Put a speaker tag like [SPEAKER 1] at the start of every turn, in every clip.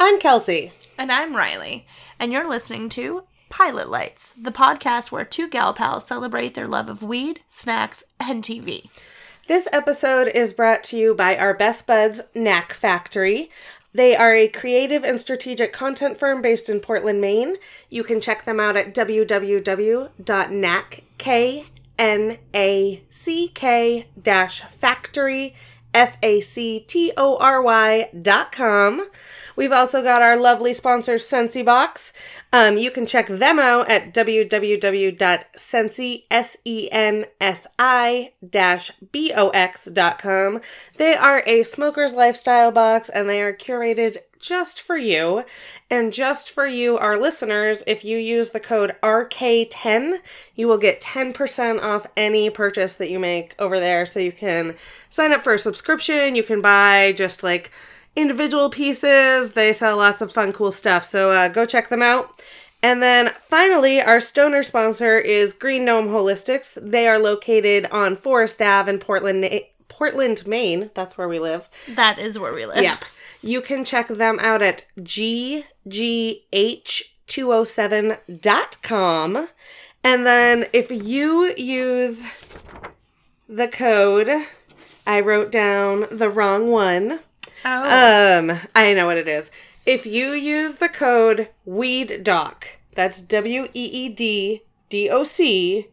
[SPEAKER 1] I'm Kelsey.
[SPEAKER 2] And I'm Riley, and you're listening to Pilot Lights, the podcast where two gal pals celebrate their love of weed, snacks, and TV.
[SPEAKER 1] This episode is brought to you by our best buds, Knack Factory. They are a creative and strategic content firm based in Portland, Maine. You can check them out at www.knack-factory F A C T O R Y dot com. We've also got our lovely sponsor, Sensi Box. Um, you can check them out at www.sensi, S-E-N-S-I dash B-O-X dot com. They are a smoker's lifestyle box and they are curated just for you. And just for you, our listeners, if you use the code RK10, you will get 10% off any purchase that you make over there. So you can sign up for a subscription, you can buy just like individual pieces. They sell lots of fun, cool stuff. So uh, go check them out. And then finally, our stoner sponsor is Green Gnome Holistics. They are located on Forest Ave in Portland, Na- Portland, Maine. That's where we live.
[SPEAKER 2] That is where we live.
[SPEAKER 1] Yep. You can check them out at ggh207.com. And then if you use the code, I wrote down the wrong one.
[SPEAKER 2] Oh.
[SPEAKER 1] Um, I know what it is. If you use the code Weed Doc, that's W E E D D O C,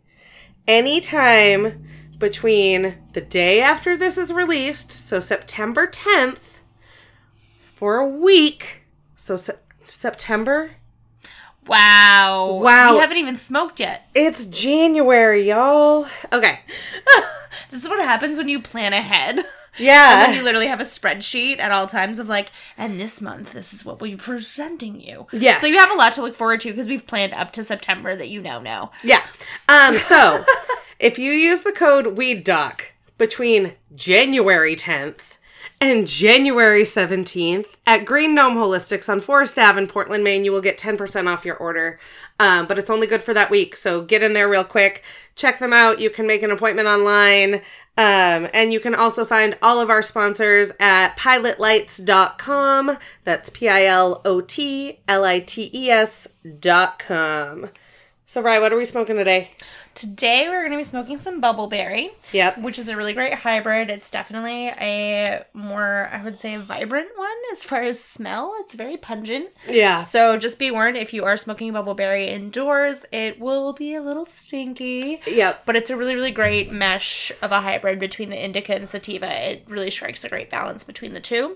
[SPEAKER 1] anytime between the day after this is released, so September 10th, for a week, so se- September.
[SPEAKER 2] wow.
[SPEAKER 1] Wow.
[SPEAKER 2] We haven't even smoked yet.
[SPEAKER 1] It's January, y'all. Okay.
[SPEAKER 2] This is what happens when you plan ahead.
[SPEAKER 1] Yeah.
[SPEAKER 2] And you literally have a spreadsheet at all times of like, and this month, this is what we're presenting you.
[SPEAKER 1] Yes.
[SPEAKER 2] So you have a lot to look forward to because we've planned up to September that you now know.
[SPEAKER 1] Yeah. Um, so if you use the code WeedDoc between January 10th and January 17th at Green Gnome Holistics on Forest Ave in Portland, Maine, you will get 10% off your order. Um, but it's only good for that week. So get in there real quick. Check them out. You can make an appointment online. Um, and you can also find all of our sponsors at pilotlights.com. That's P I L O T L I T E S dot com. So, Rye, what are we smoking today?
[SPEAKER 2] Today we're going to be smoking some bubbleberry.
[SPEAKER 1] Yep.
[SPEAKER 2] Which is a really great hybrid. It's definitely a more, I would say, vibrant one as far as smell. It's very pungent.
[SPEAKER 1] Yeah.
[SPEAKER 2] So just be warned if you are smoking bubbleberry indoors, it will be a little stinky.
[SPEAKER 1] Yep.
[SPEAKER 2] But it's a really, really great mesh of a hybrid between the indica and sativa. It really strikes a great balance between the two.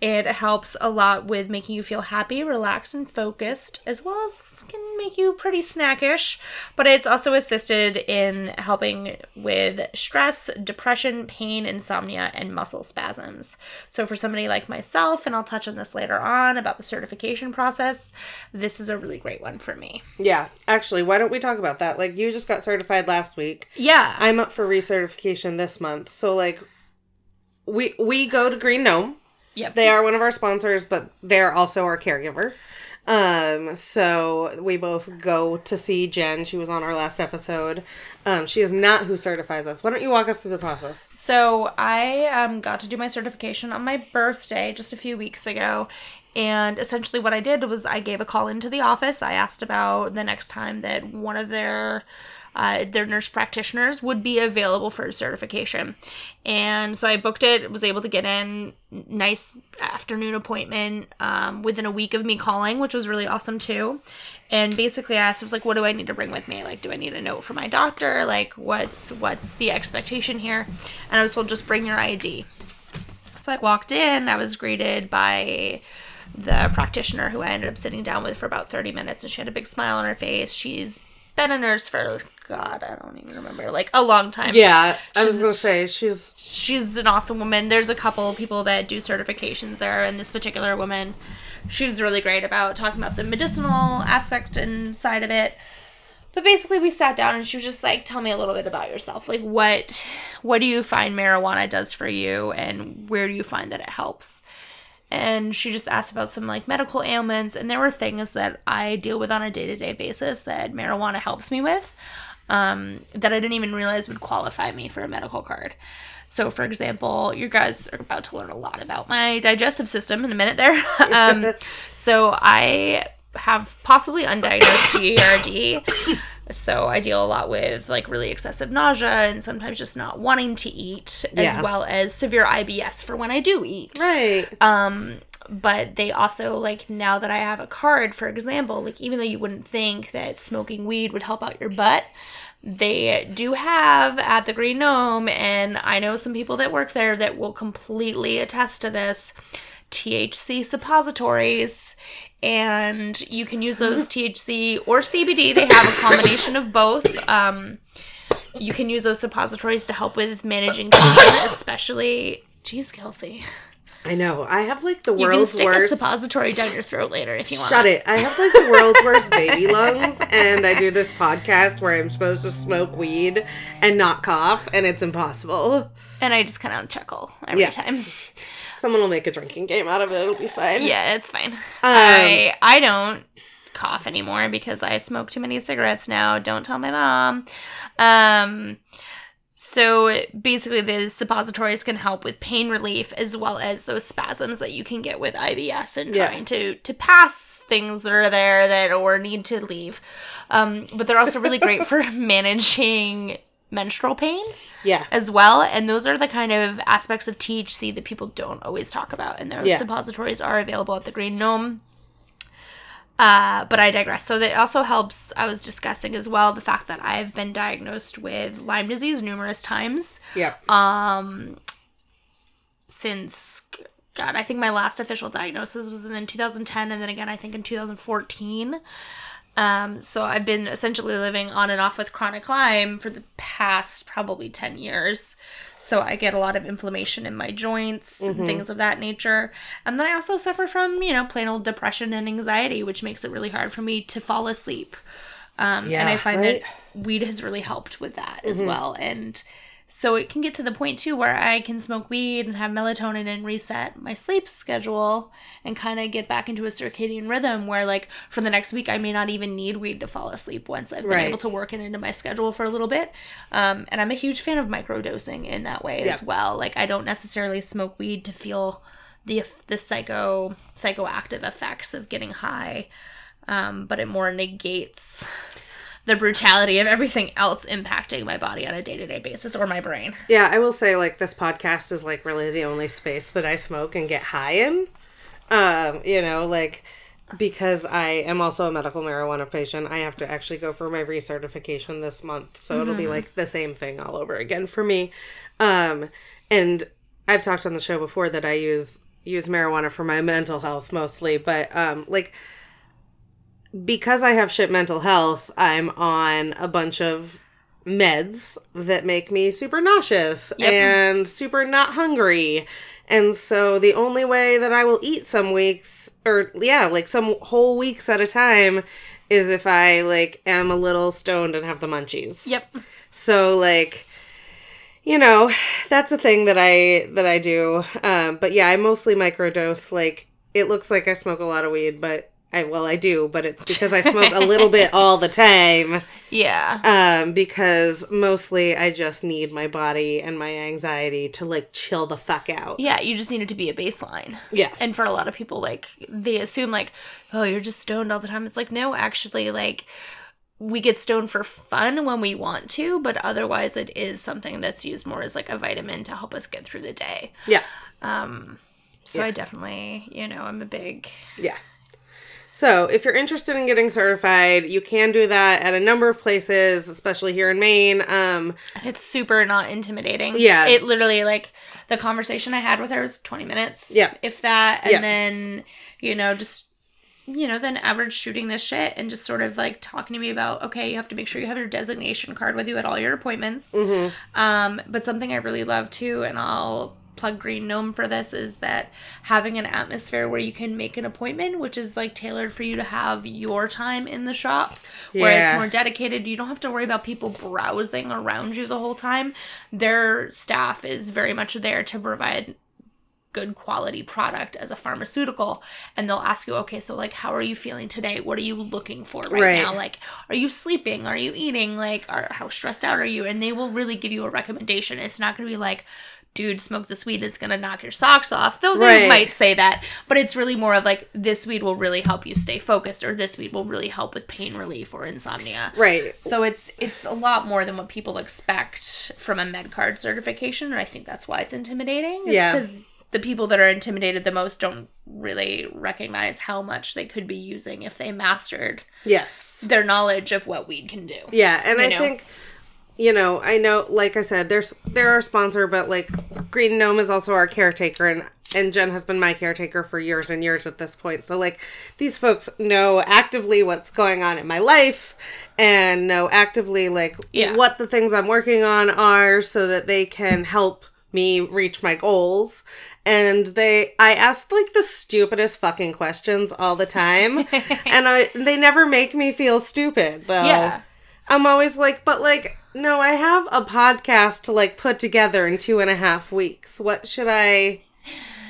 [SPEAKER 2] It helps a lot with making you feel happy, relaxed, and focused, as well as can make you pretty snackish. But it's also assisted in helping with stress, depression, pain, insomnia, and muscle spasms. So for somebody like myself, and I'll touch on this later on about the certification process, this is a really great one for me.
[SPEAKER 1] Yeah. Actually, why don't we talk about that? Like, you just got certified last week.
[SPEAKER 2] Yeah.
[SPEAKER 1] I'm up for recertification this month. So, like, we we go to Green Gnome.
[SPEAKER 2] Yep.
[SPEAKER 1] They are one of our sponsors, but they're also our caregiver. Um, so we both go to see Jen. She was on our last episode. Um, she is not who certifies us. Why don't you walk us through the process?
[SPEAKER 2] So I um, got to do my certification on my birthday just a few weeks ago. And essentially, what I did was I gave a call into the office. I asked about the next time that one of their uh, their nurse practitioners would be available for certification, and so I booked it. Was able to get in nice afternoon appointment um, within a week of me calling, which was really awesome too. And basically, I asked, I was like, "What do I need to bring with me? Like, do I need a note from my doctor? Like, what's what's the expectation here?" And I was told, "Just bring your ID." So I walked in. I was greeted by the practitioner who I ended up sitting down with for about 30 minutes, and she had a big smile on her face. She's been a nurse for, God, I don't even remember, like a long time.
[SPEAKER 1] Yeah, I was gonna say she's
[SPEAKER 2] She's an awesome woman. There's a couple of people that do certifications there, and this particular woman, she was really great about talking about the medicinal aspect and side of it. But basically, we sat down and she was just like, "Tell me a little bit about yourself. Like, what, what do you find marijuana does for you, and where do you find that it helps?" and she just asked about some like medical ailments and there were things that i deal with on a day-to-day basis that marijuana helps me with um, that i didn't even realize would qualify me for a medical card so for example you guys are about to learn a lot about my digestive system in a minute there um, so i have possibly undiagnosed gerd so i deal a lot with like really excessive nausea and sometimes just not wanting to eat
[SPEAKER 1] Yeah.
[SPEAKER 2] as well as severe ibs for when i do eat
[SPEAKER 1] right.
[SPEAKER 2] but they also like now that I have a card, for example, like even though you wouldn't think that smoking weed would help out your butt, they do have at the Green Gnome, and I know some people that work there that will completely attest to this THC suppositories. And you can use those THC or CBD. They have a combination of both. Um, you can use those suppositories to help with managing pain, especially. Jeez, Kelsey.
[SPEAKER 1] I know. I have like the
[SPEAKER 2] You can
[SPEAKER 1] world's
[SPEAKER 2] stick a
[SPEAKER 1] worst.
[SPEAKER 2] suppository down your throat later if you want.
[SPEAKER 1] Shut it. I have like the world's worst baby lungs, and I do this podcast where I'm supposed to smoke weed and not cough, and it's impossible.
[SPEAKER 2] And I just kind of chuckle every
[SPEAKER 1] Yeah.
[SPEAKER 2] time.
[SPEAKER 1] Someone will make a drinking game out of it. It'll be fine.
[SPEAKER 2] Yeah, it's
[SPEAKER 1] Um,
[SPEAKER 2] fine. I I don't cough anymore because I smoke too many cigarettes now. Don't tell my mom. Um so basically the suppositories can help with pain relief as well as those spasms that you can get with IBS and
[SPEAKER 1] Yeah.
[SPEAKER 2] trying to to pass things that are there that or need to leave. Um but they're also really great for managing menstrual pain.
[SPEAKER 1] Yeah.
[SPEAKER 2] as well. And those are the kind of aspects of THC that people don't always talk about. And those
[SPEAKER 1] Yeah.
[SPEAKER 2] suppositories are available at the Green Gnome. Uh, but I digress. So that also helps. I was discussing as well the fact that I've been diagnosed with Lyme disease numerous times
[SPEAKER 1] Yeah.
[SPEAKER 2] since God, I think my last official diagnosis was in 2010, and then again, I think in 2014. Um, so I've been essentially living on and off with chronic Lyme for the past probably 10 years. So I get a lot of inflammation in my joints
[SPEAKER 1] Mm-hmm.
[SPEAKER 2] and things of that nature. And then I also suffer from, you know, plain old depression and anxiety, which makes it really hard for me to fall asleep. Um, and I
[SPEAKER 1] Yeah,
[SPEAKER 2] find
[SPEAKER 1] right?
[SPEAKER 2] that weed has really helped with that as
[SPEAKER 1] Mm-hmm.
[SPEAKER 2] well. And so it can get to the point too where I can smoke weed and have melatonin and reset my sleep schedule and kind of get back into a circadian rhythm where, like, for the next week, I may not even need weed to fall asleep once I've been
[SPEAKER 1] Right.
[SPEAKER 2] able to work it into my schedule for a little bit. Um, and I'm a huge fan of microdosing in that way as
[SPEAKER 1] Yeah.
[SPEAKER 2] well. Like, I don't necessarily smoke weed to feel the the psycho psychoactive effects of getting high um, but it more negates the brutality of everything else impacting my body on a day to day basis or my brain.
[SPEAKER 1] Yeah, I will say like this podcast is like really the only space that I smoke and get high in. Um, you know, like because I am also a medical marijuana patient, I have to actually go for my recertification this month. So it'll be like the same thing all over again for me. Um, and I've talked on the show before that I use use marijuana for my mental health mostly, but um like because I have shit mental health, I'm on a bunch of meds that make me super nauseous and super not hungry. And so the only way that I will eat some weeks or yeah, like some whole weeks at a time is if I like am a little stoned and have the munchies.
[SPEAKER 2] Yep.
[SPEAKER 1] So like you know, that's a thing that I that I do. Um but yeah, I mostly microdose like it looks like I smoke a lot of weed, but I well I do, but it's because I smoke a little bit all the time
[SPEAKER 2] Yeah.
[SPEAKER 1] um, because mostly I just need my body and my anxiety to like chill the fuck out.
[SPEAKER 2] yeah, you just need it to be a baseline.
[SPEAKER 1] Yeah.
[SPEAKER 2] And for a lot of people, like, they assume, like, oh, you're just stoned all the time. It's like, no, actually, like, we get stoned for fun when we want to, but otherwise, it is something that's used more as like a vitamin to help us get through the day.
[SPEAKER 1] Yeah.
[SPEAKER 2] So I definitely, you know, I'm a big
[SPEAKER 1] Yeah. So, if you're interested in getting certified, you can do that at a number of places, especially here in Maine. Um,
[SPEAKER 2] It's super not intimidating.
[SPEAKER 1] Yeah.
[SPEAKER 2] It literally like the conversation I had with her was twenty minutes.
[SPEAKER 1] Yeah.
[SPEAKER 2] If that and
[SPEAKER 1] Yeah.
[SPEAKER 2] then, you know, just you know, then average shooting this shit and just sort of like talking to me about, okay, you have to make sure you have your designation card with you at all your appointments.
[SPEAKER 1] Mm-hmm.
[SPEAKER 2] Um, but something I really love too, and I'll plug Green Gnome for this, is that having an atmosphere where you can make an appointment, which is like tailored for you to have your time in the shop, where it's
[SPEAKER 1] Yeah.
[SPEAKER 2] more dedicated. You don't have to worry about people browsing around you the whole time. Their staff is very much there to provide good quality product as a pharmaceutical and they'll ask you okay so like how are you feeling today what are you looking for right,
[SPEAKER 1] Right.
[SPEAKER 2] now like are you sleeping are you eating like are how stressed out are you and they will really give you a recommendation it's not going to be like dude smoke this weed it's going to knock your socks off though they
[SPEAKER 1] Right.
[SPEAKER 2] might say that but it's really more of like this weed will really help you stay focused or this weed will really help with pain relief or insomnia
[SPEAKER 1] right.
[SPEAKER 2] so it's it's a lot more than what people expect from a med card certification, and I think that's why it's intimidating.
[SPEAKER 1] Yeah.
[SPEAKER 2] because the people that are intimidated the most don't really recognize how much they could be using if they mastered
[SPEAKER 1] Yes.
[SPEAKER 2] their knowledge of what weed can do.
[SPEAKER 1] Yeah, and
[SPEAKER 2] You
[SPEAKER 1] I
[SPEAKER 2] know?
[SPEAKER 1] think you know, I know like I said, there's they're our sponsor, but like Green Gnome is also our caretaker and and Jen has been my caretaker for years and years at this point. So like these folks know actively what's going on in my life and know actively like
[SPEAKER 2] Yeah.
[SPEAKER 1] what the things I'm working on are so that they can help me reach my goals and they i ask like the stupidest fucking questions all the time and i they never make me feel stupid though
[SPEAKER 2] Yeah.
[SPEAKER 1] I'm always like, but like, no, I have a podcast to like put together in two and a half weeks. What should I?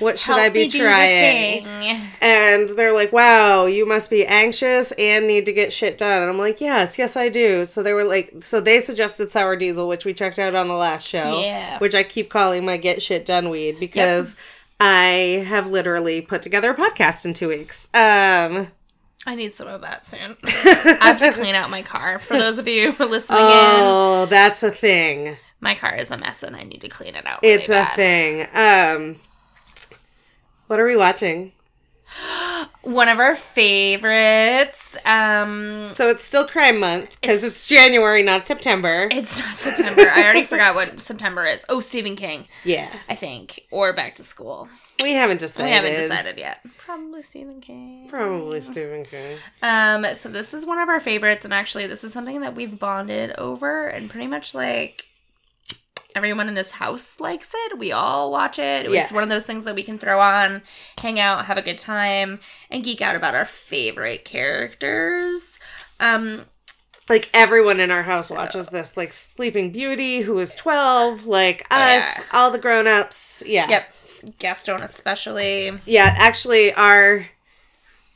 [SPEAKER 1] What should I
[SPEAKER 2] Help
[SPEAKER 1] be
[SPEAKER 2] me do the
[SPEAKER 1] trying?
[SPEAKER 2] thing.
[SPEAKER 1] And they're like, wow, you must be anxious and need to get shit done. And I'm like, yes, yes, I do. So they were like, so they suggested Sour Diesel, which we checked out on the last show.
[SPEAKER 2] Yeah.
[SPEAKER 1] Which I keep calling my get shit done weed because I have literally put together a podcast in two weeks. Um,
[SPEAKER 2] I need some of that soon. I have to clean out my car. For those of you who are listening in,
[SPEAKER 1] oh, that's a thing.
[SPEAKER 2] my car is a mess and I need to clean it out. Really
[SPEAKER 1] It's a
[SPEAKER 2] bad.
[SPEAKER 1] thing. Um, what are we watching?
[SPEAKER 2] One of our favorites. Um,
[SPEAKER 1] So it's still Crime Month because it's, January, not September.
[SPEAKER 2] It's not September. I already forgot what September is. Oh, Stephen King,
[SPEAKER 1] yeah,
[SPEAKER 2] I think, or Back to School.
[SPEAKER 1] we haven't decided.
[SPEAKER 2] We haven't decided yet. Probably Stephen King.
[SPEAKER 1] Probably Stephen King.
[SPEAKER 2] Um, so this is one of our favorites, and actually, this is something that we've bonded over, and pretty much like everyone in this house likes it. We all watch it. It's
[SPEAKER 1] Yeah.
[SPEAKER 2] one of those things that we can throw on, hang out, have a good time, and geek out about our favorite characters. Um,
[SPEAKER 1] Like everyone in our house watches this. Like Sleeping Beauty, who is twelve. Like
[SPEAKER 2] Oh,
[SPEAKER 1] us,
[SPEAKER 2] yeah.
[SPEAKER 1] all the grown-ups. Yeah.
[SPEAKER 2] yep, Gaston especially.
[SPEAKER 1] Yeah. Actually, our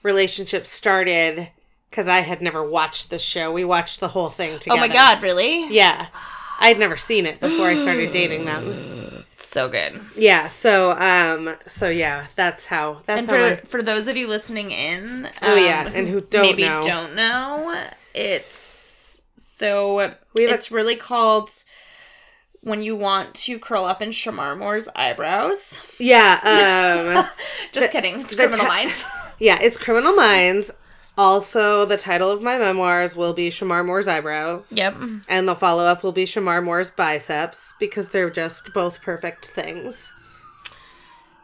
[SPEAKER 1] relationship started because I had never watched this show. We watched the whole thing
[SPEAKER 2] Oh
[SPEAKER 1] together.
[SPEAKER 2] my God, really?
[SPEAKER 1] Yeah. I'd never seen it before I started dating them.
[SPEAKER 2] so good.
[SPEAKER 1] Yeah, so um so yeah, that's how that's
[SPEAKER 2] And
[SPEAKER 1] how
[SPEAKER 2] for
[SPEAKER 1] I-
[SPEAKER 2] for those of you listening in,
[SPEAKER 1] Oh, yeah,
[SPEAKER 2] um,
[SPEAKER 1] and who don't
[SPEAKER 2] maybe
[SPEAKER 1] know.
[SPEAKER 2] don't know, it's so
[SPEAKER 1] We have a-
[SPEAKER 2] it's really called when you want to curl up in Shamar Moore's eyebrows.
[SPEAKER 1] Yeah, um
[SPEAKER 2] Just kidding, it's
[SPEAKER 1] the
[SPEAKER 2] Criminal
[SPEAKER 1] ti-
[SPEAKER 2] Minds.
[SPEAKER 1] yeah, it's Criminal Minds. Also, the title of my memoirs will be Shamar Moore's eyebrows.
[SPEAKER 2] yep,
[SPEAKER 1] And the follow up will be Shamar Moore's biceps because they're just both perfect things.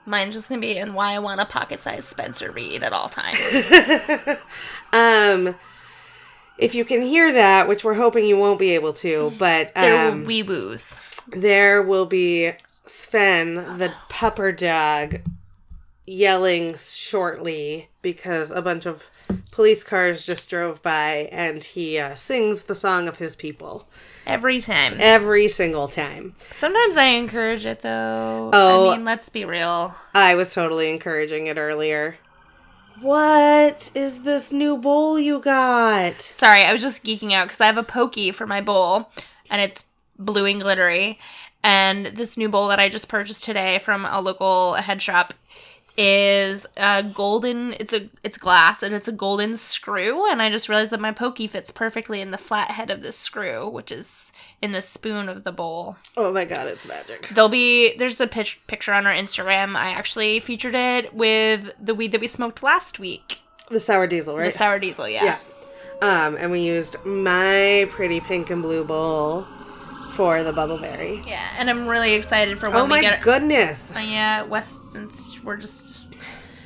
[SPEAKER 2] mine's just gonna be and why I want a pocket sized Spencer Reed at all times.
[SPEAKER 1] Um if you can hear that, which we're hoping you won't be able to, but
[SPEAKER 2] They're
[SPEAKER 1] um,
[SPEAKER 2] wee woos.
[SPEAKER 1] there will be Sven, the pupper dog, yelling shortly because a bunch of police cars just drove by and he uh, sings the song of his people
[SPEAKER 2] Every time.
[SPEAKER 1] every single time.
[SPEAKER 2] Sometimes I encourage it though.
[SPEAKER 1] Oh.
[SPEAKER 2] I mean, let's be real.
[SPEAKER 1] I was totally encouraging it earlier. What is this new bowl you got?
[SPEAKER 2] Sorry, I was just geeking out because I have a pokey for my bowl, and it's blue and glittery. And this new bowl that I just purchased today from a local head shop is a golden. It's a it's glass and it's a golden screw. And I just realized that my pokey fits perfectly in the flat head of this screw, which is in the spoon of the bowl.
[SPEAKER 1] Oh my god, it's magic.
[SPEAKER 2] There'll be there's a pic- picture on our Instagram. I actually featured it with the weed that we smoked last week.
[SPEAKER 1] The sour diesel,
[SPEAKER 2] The
[SPEAKER 1] right?
[SPEAKER 2] sour diesel, yeah.
[SPEAKER 1] yeah. Um, and we used my pretty pink and blue bowl for the bubbleberry.
[SPEAKER 2] Yeah, and I'm really excited for when
[SPEAKER 1] Oh
[SPEAKER 2] we
[SPEAKER 1] my
[SPEAKER 2] get
[SPEAKER 1] goodness.
[SPEAKER 2] Uh, yeah, Weston's. We're just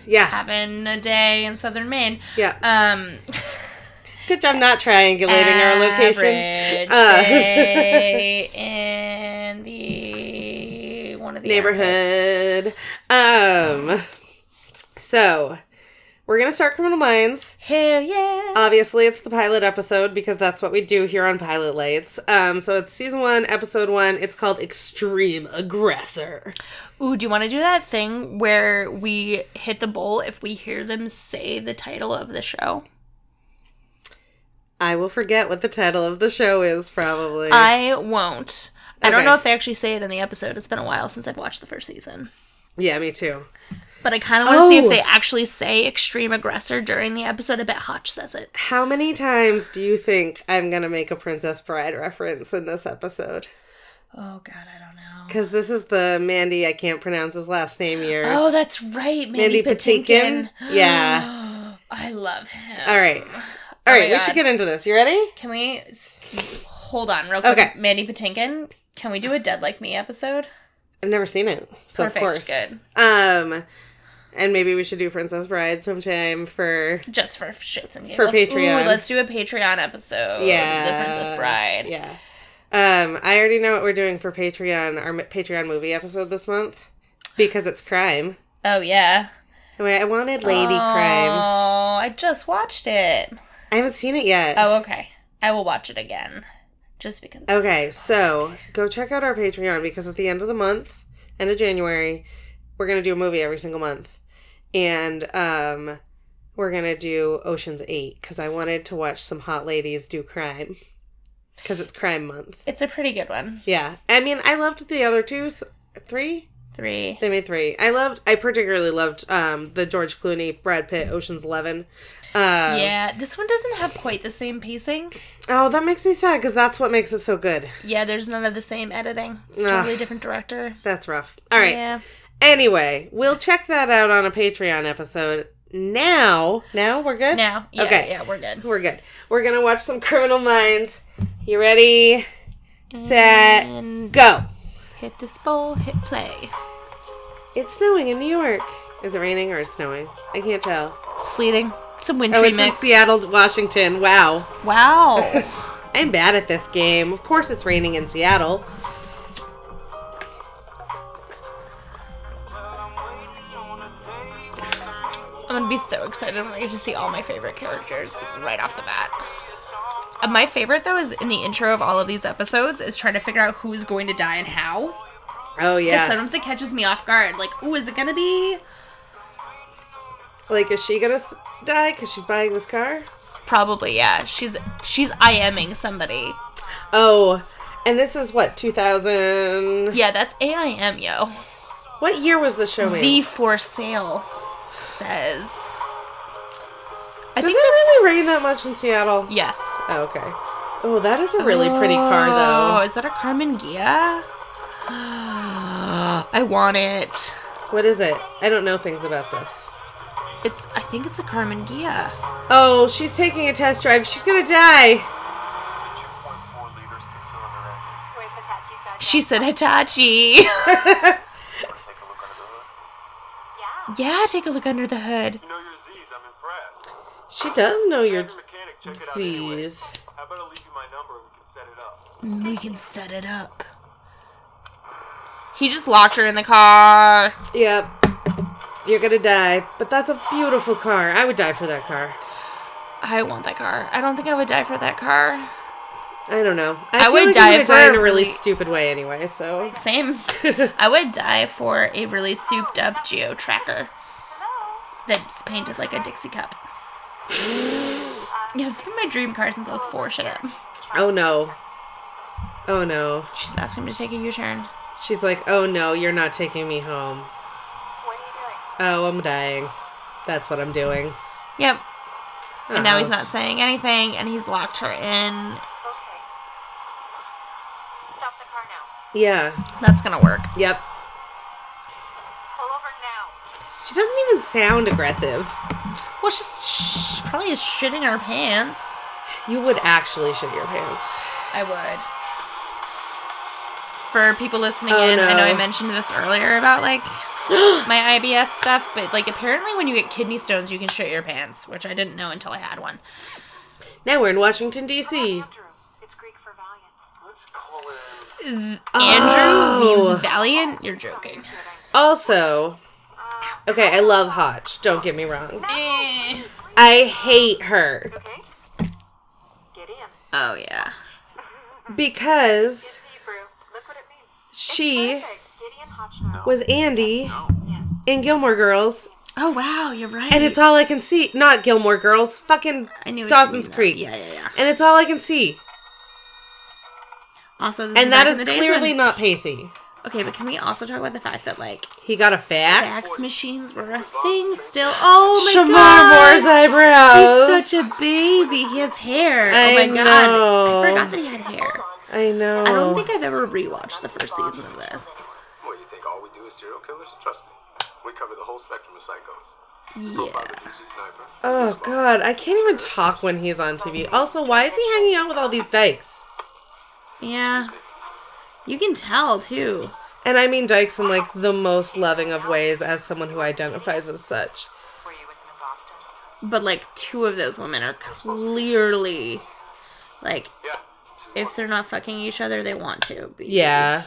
[SPEAKER 1] Yeah.
[SPEAKER 2] having a day in southern Maine.
[SPEAKER 1] Yeah.
[SPEAKER 2] Um,
[SPEAKER 1] Good job not triangulating our location.
[SPEAKER 2] average
[SPEAKER 1] Uh,
[SPEAKER 2] day in the one of the airports.
[SPEAKER 1] neighborhood. Um, so we're gonna start criminal minds.
[SPEAKER 2] Hell yeah!
[SPEAKER 1] Obviously, it's the pilot episode because that's what we do here on Pilot Lights. Um, so it's season one, episode one. It's called Extreme Aggressor.
[SPEAKER 2] Ooh, do you want to do that thing where we hit the bowl if we hear them say the title of the show?
[SPEAKER 1] I will forget what the title of the show is. Probably.
[SPEAKER 2] I won't. I don't
[SPEAKER 1] Okay.
[SPEAKER 2] know if they actually say it in the episode. It's been a while since I've watched the first season.
[SPEAKER 1] yeah, me too.
[SPEAKER 2] But I kind of want to see if
[SPEAKER 1] Oh.
[SPEAKER 2] they actually say extreme aggressor during the episode. I bet Hotch says it.
[SPEAKER 1] How many times do you think I'm gonna make a Princess Bride reference in this episode?
[SPEAKER 2] Oh, God, I don't know.
[SPEAKER 1] Because this is the Mandy. I can't pronounce his last name. Years.
[SPEAKER 2] Oh, that's right. Mandy,
[SPEAKER 1] Mandy
[SPEAKER 2] Patinkin.
[SPEAKER 1] Patinkin. Yeah.
[SPEAKER 2] I love him.
[SPEAKER 1] All right. All right,
[SPEAKER 2] my
[SPEAKER 1] we
[SPEAKER 2] God.
[SPEAKER 1] should get into this. You ready?
[SPEAKER 2] Can we s- hold on real quick?
[SPEAKER 1] Okay.
[SPEAKER 2] Mandy Patinkin, can we do a Dead Like Me episode?
[SPEAKER 1] I've never seen it. So
[SPEAKER 2] Perfect,
[SPEAKER 1] of course.
[SPEAKER 2] good.
[SPEAKER 1] Um and maybe we should do Princess Bride sometime for
[SPEAKER 2] Just for shits and giggles.
[SPEAKER 1] For Patreon.
[SPEAKER 2] Ooh, let's do a Patreon episode.
[SPEAKER 1] Yeah.
[SPEAKER 2] The Princess Bride.
[SPEAKER 1] Yeah. Um I already know what we're doing for Patreon our m- Patreon movie episode this month because it's crime.
[SPEAKER 2] Oh, yeah.
[SPEAKER 1] I mean, I wanted Lady
[SPEAKER 2] Oh,
[SPEAKER 1] Crime.
[SPEAKER 2] I just watched it.
[SPEAKER 1] I haven't seen it yet.
[SPEAKER 2] Oh, okay. I will watch it again. Just because.
[SPEAKER 1] Okay, so go check out our Patreon because at the end of the month, end of January, we're gonna do a movie every single month, and um, we're gonna do Ocean's Eight because I wanted to watch some hot ladies do crime because it's Crime Month.
[SPEAKER 2] It's a pretty good one.
[SPEAKER 1] Yeah, I mean, I loved the other two, s- three.
[SPEAKER 2] Three.
[SPEAKER 1] They made three. I loved. I particularly loved um, the George Clooney, Brad Pitt, Ocean's Eleven. Uh,
[SPEAKER 2] yeah, this one doesn't have quite the same pacing.
[SPEAKER 1] Oh, that makes me sad because that's what makes it so good.
[SPEAKER 2] Yeah, there's none of the same editing. It's
[SPEAKER 1] Ugh.
[SPEAKER 2] totally different director.
[SPEAKER 1] That's rough. All right.
[SPEAKER 2] Yeah.
[SPEAKER 1] Anyway, we'll check that out on a Patreon episode. Now, now we're good.
[SPEAKER 2] Now, yeah,
[SPEAKER 1] Okay.
[SPEAKER 2] yeah, we're good.
[SPEAKER 1] we're good. We're gonna watch some Criminal Minds. You ready? Set,
[SPEAKER 2] And
[SPEAKER 1] go.
[SPEAKER 2] hit this bowl, hit play.
[SPEAKER 1] It's snowing in New York. Is it raining or is it snowing? I can't tell.
[SPEAKER 2] Sleeting. Some
[SPEAKER 1] Oh,
[SPEAKER 2] wintry
[SPEAKER 1] it's in
[SPEAKER 2] mix.
[SPEAKER 1] Seattle, Washington. Wow,
[SPEAKER 2] Wow.
[SPEAKER 1] I'm bad at this game. Of course, it's raining in Seattle.
[SPEAKER 2] I'm gonna be so excited when I get to see all my favorite characters right off the bat. Uh, My favorite though is in the intro of all of these episodes is trying to figure out who's going to die and how.
[SPEAKER 1] Oh
[SPEAKER 2] Because
[SPEAKER 1] yeah.
[SPEAKER 2] sometimes it catches me off guard. Like, ooh, is it gonna be
[SPEAKER 1] Like, is she gonna s- die because she's buying this car?
[SPEAKER 2] Probably, yeah. She's she's IMing somebody.
[SPEAKER 1] Oh, and this is what 2000.
[SPEAKER 2] Yeah, that's AIM, yo.
[SPEAKER 1] What year was the show? in?
[SPEAKER 2] Z for sale says. I
[SPEAKER 1] Does
[SPEAKER 2] think
[SPEAKER 1] it
[SPEAKER 2] this-
[SPEAKER 1] really rain that much in Seattle?
[SPEAKER 2] Yes.
[SPEAKER 1] Oh, okay. Oh, that is a really pretty car,
[SPEAKER 2] Oh,
[SPEAKER 1] though.
[SPEAKER 2] is that a Carmen Gia? I want it.
[SPEAKER 1] What is it? I don't know things about this.
[SPEAKER 2] It's. I think it's a Carmen Gia.
[SPEAKER 1] Oh, she's taking a test drive. She's gonna die.
[SPEAKER 3] With Hitachi Saga.
[SPEAKER 2] She said Hitachi.
[SPEAKER 3] Yeah.
[SPEAKER 2] yeah, take a look under the hood.
[SPEAKER 4] You know your Z's, I'm impressed.
[SPEAKER 1] She does know your
[SPEAKER 4] Your mechanic, check it out anyway.
[SPEAKER 1] disease.
[SPEAKER 4] How about I leave you my number and we can set it up?
[SPEAKER 2] We can set it up. He just locked her in the car.
[SPEAKER 1] Yep. You're gonna die. But that's a beautiful car. I would die for that car.
[SPEAKER 2] I want that car. I don't think I would die for that car.
[SPEAKER 1] I don't know.
[SPEAKER 2] I
[SPEAKER 1] I, feel
[SPEAKER 2] would
[SPEAKER 1] like
[SPEAKER 2] die
[SPEAKER 1] I'm gonna
[SPEAKER 2] for
[SPEAKER 1] die in
[SPEAKER 2] a
[SPEAKER 1] a really
[SPEAKER 2] really-
[SPEAKER 1] stupid way anyway. So
[SPEAKER 2] Same. I would die for a really souped up Geo tracker that's painted like a Dixie cup. yeah, it's been my dream car since I was four. Shut up.
[SPEAKER 1] oh no, oh no.
[SPEAKER 2] She's asking me to take a U turn.
[SPEAKER 1] She's like, oh no, you're not taking me home.
[SPEAKER 3] What are you doing?
[SPEAKER 1] Oh, I'm dying. That's what I'm doing.
[SPEAKER 2] Yep. And now he's
[SPEAKER 1] Oh.
[SPEAKER 2] not saying anything and he's locked her in.
[SPEAKER 3] Okay. Stop the car now.
[SPEAKER 1] Yeah.
[SPEAKER 2] That's gonna work.
[SPEAKER 1] Yep.
[SPEAKER 3] Pull over now.
[SPEAKER 1] She doesn't even sound aggressive.
[SPEAKER 2] Well, she's sh- probably is shitting her pants.
[SPEAKER 1] You would actually shit your pants.
[SPEAKER 2] I would. For people listening
[SPEAKER 1] Oh,
[SPEAKER 2] in, I know
[SPEAKER 1] no.
[SPEAKER 2] I mentioned this earlier about like my IBS stuff, but like apparently when you get kidney stones, you can shit your pants, which I didn't know until I had one.
[SPEAKER 1] Now we're in Washington, D.C.
[SPEAKER 3] Andrew. It's Greek for valiant.
[SPEAKER 4] Let's call it.
[SPEAKER 2] Andrew
[SPEAKER 1] Oh.
[SPEAKER 2] means valiant. You're joking.
[SPEAKER 1] Also, okay, I love Hotch, don't get me wrong.
[SPEAKER 2] Eh.
[SPEAKER 1] I hate her
[SPEAKER 3] Okay. Get in.
[SPEAKER 2] Oh yeah.
[SPEAKER 1] because
[SPEAKER 3] Hebrew. Look what it means.
[SPEAKER 1] she
[SPEAKER 3] Perfect. Gideon Hotchkiss.
[SPEAKER 1] was Andy
[SPEAKER 3] Yes.
[SPEAKER 1] in Gilmore Girls,
[SPEAKER 2] Oh wow, you're right.
[SPEAKER 1] and it's all I can see. Not Gilmore Girls, fucking
[SPEAKER 2] I knew what you
[SPEAKER 1] Dawson's
[SPEAKER 2] mean, though.
[SPEAKER 1] Creek.
[SPEAKER 2] Yeah, yeah, yeah.
[SPEAKER 1] And it's all I can see.
[SPEAKER 2] Also, this
[SPEAKER 1] And that
[SPEAKER 2] back
[SPEAKER 1] is
[SPEAKER 2] in the days
[SPEAKER 1] clearly
[SPEAKER 2] when-
[SPEAKER 1] not Pacey.
[SPEAKER 2] okay. But can we also talk about the fact that like
[SPEAKER 1] He got a fax.
[SPEAKER 2] fax machines were a thing still? Oh my
[SPEAKER 1] Shamar
[SPEAKER 2] god.
[SPEAKER 1] Moore's eyebrows.
[SPEAKER 2] He's such a baby. He has hair.
[SPEAKER 1] I
[SPEAKER 2] oh my god.
[SPEAKER 1] know. Oh.
[SPEAKER 2] I forgot that he had hair.
[SPEAKER 1] I know.
[SPEAKER 2] I don't think I've ever rewatched the first season of this.
[SPEAKER 4] What, you think all we do is serial killers? Trust me. We cover the whole spectrum of psychos.
[SPEAKER 2] Yeah.
[SPEAKER 4] Private DC sniper.
[SPEAKER 1] Oh god, I can't even talk when he's on TV. Also, why is he hanging out with all these dykes?
[SPEAKER 2] Yeah. You can tell too.
[SPEAKER 1] And I mean dykes in like the most loving of ways as someone who identifies as such.
[SPEAKER 3] Were you with him in Boston?
[SPEAKER 2] But like two of those women are clearly like
[SPEAKER 4] Yeah.
[SPEAKER 2] if they're not fucking each other, they want to. be.
[SPEAKER 1] Yeah.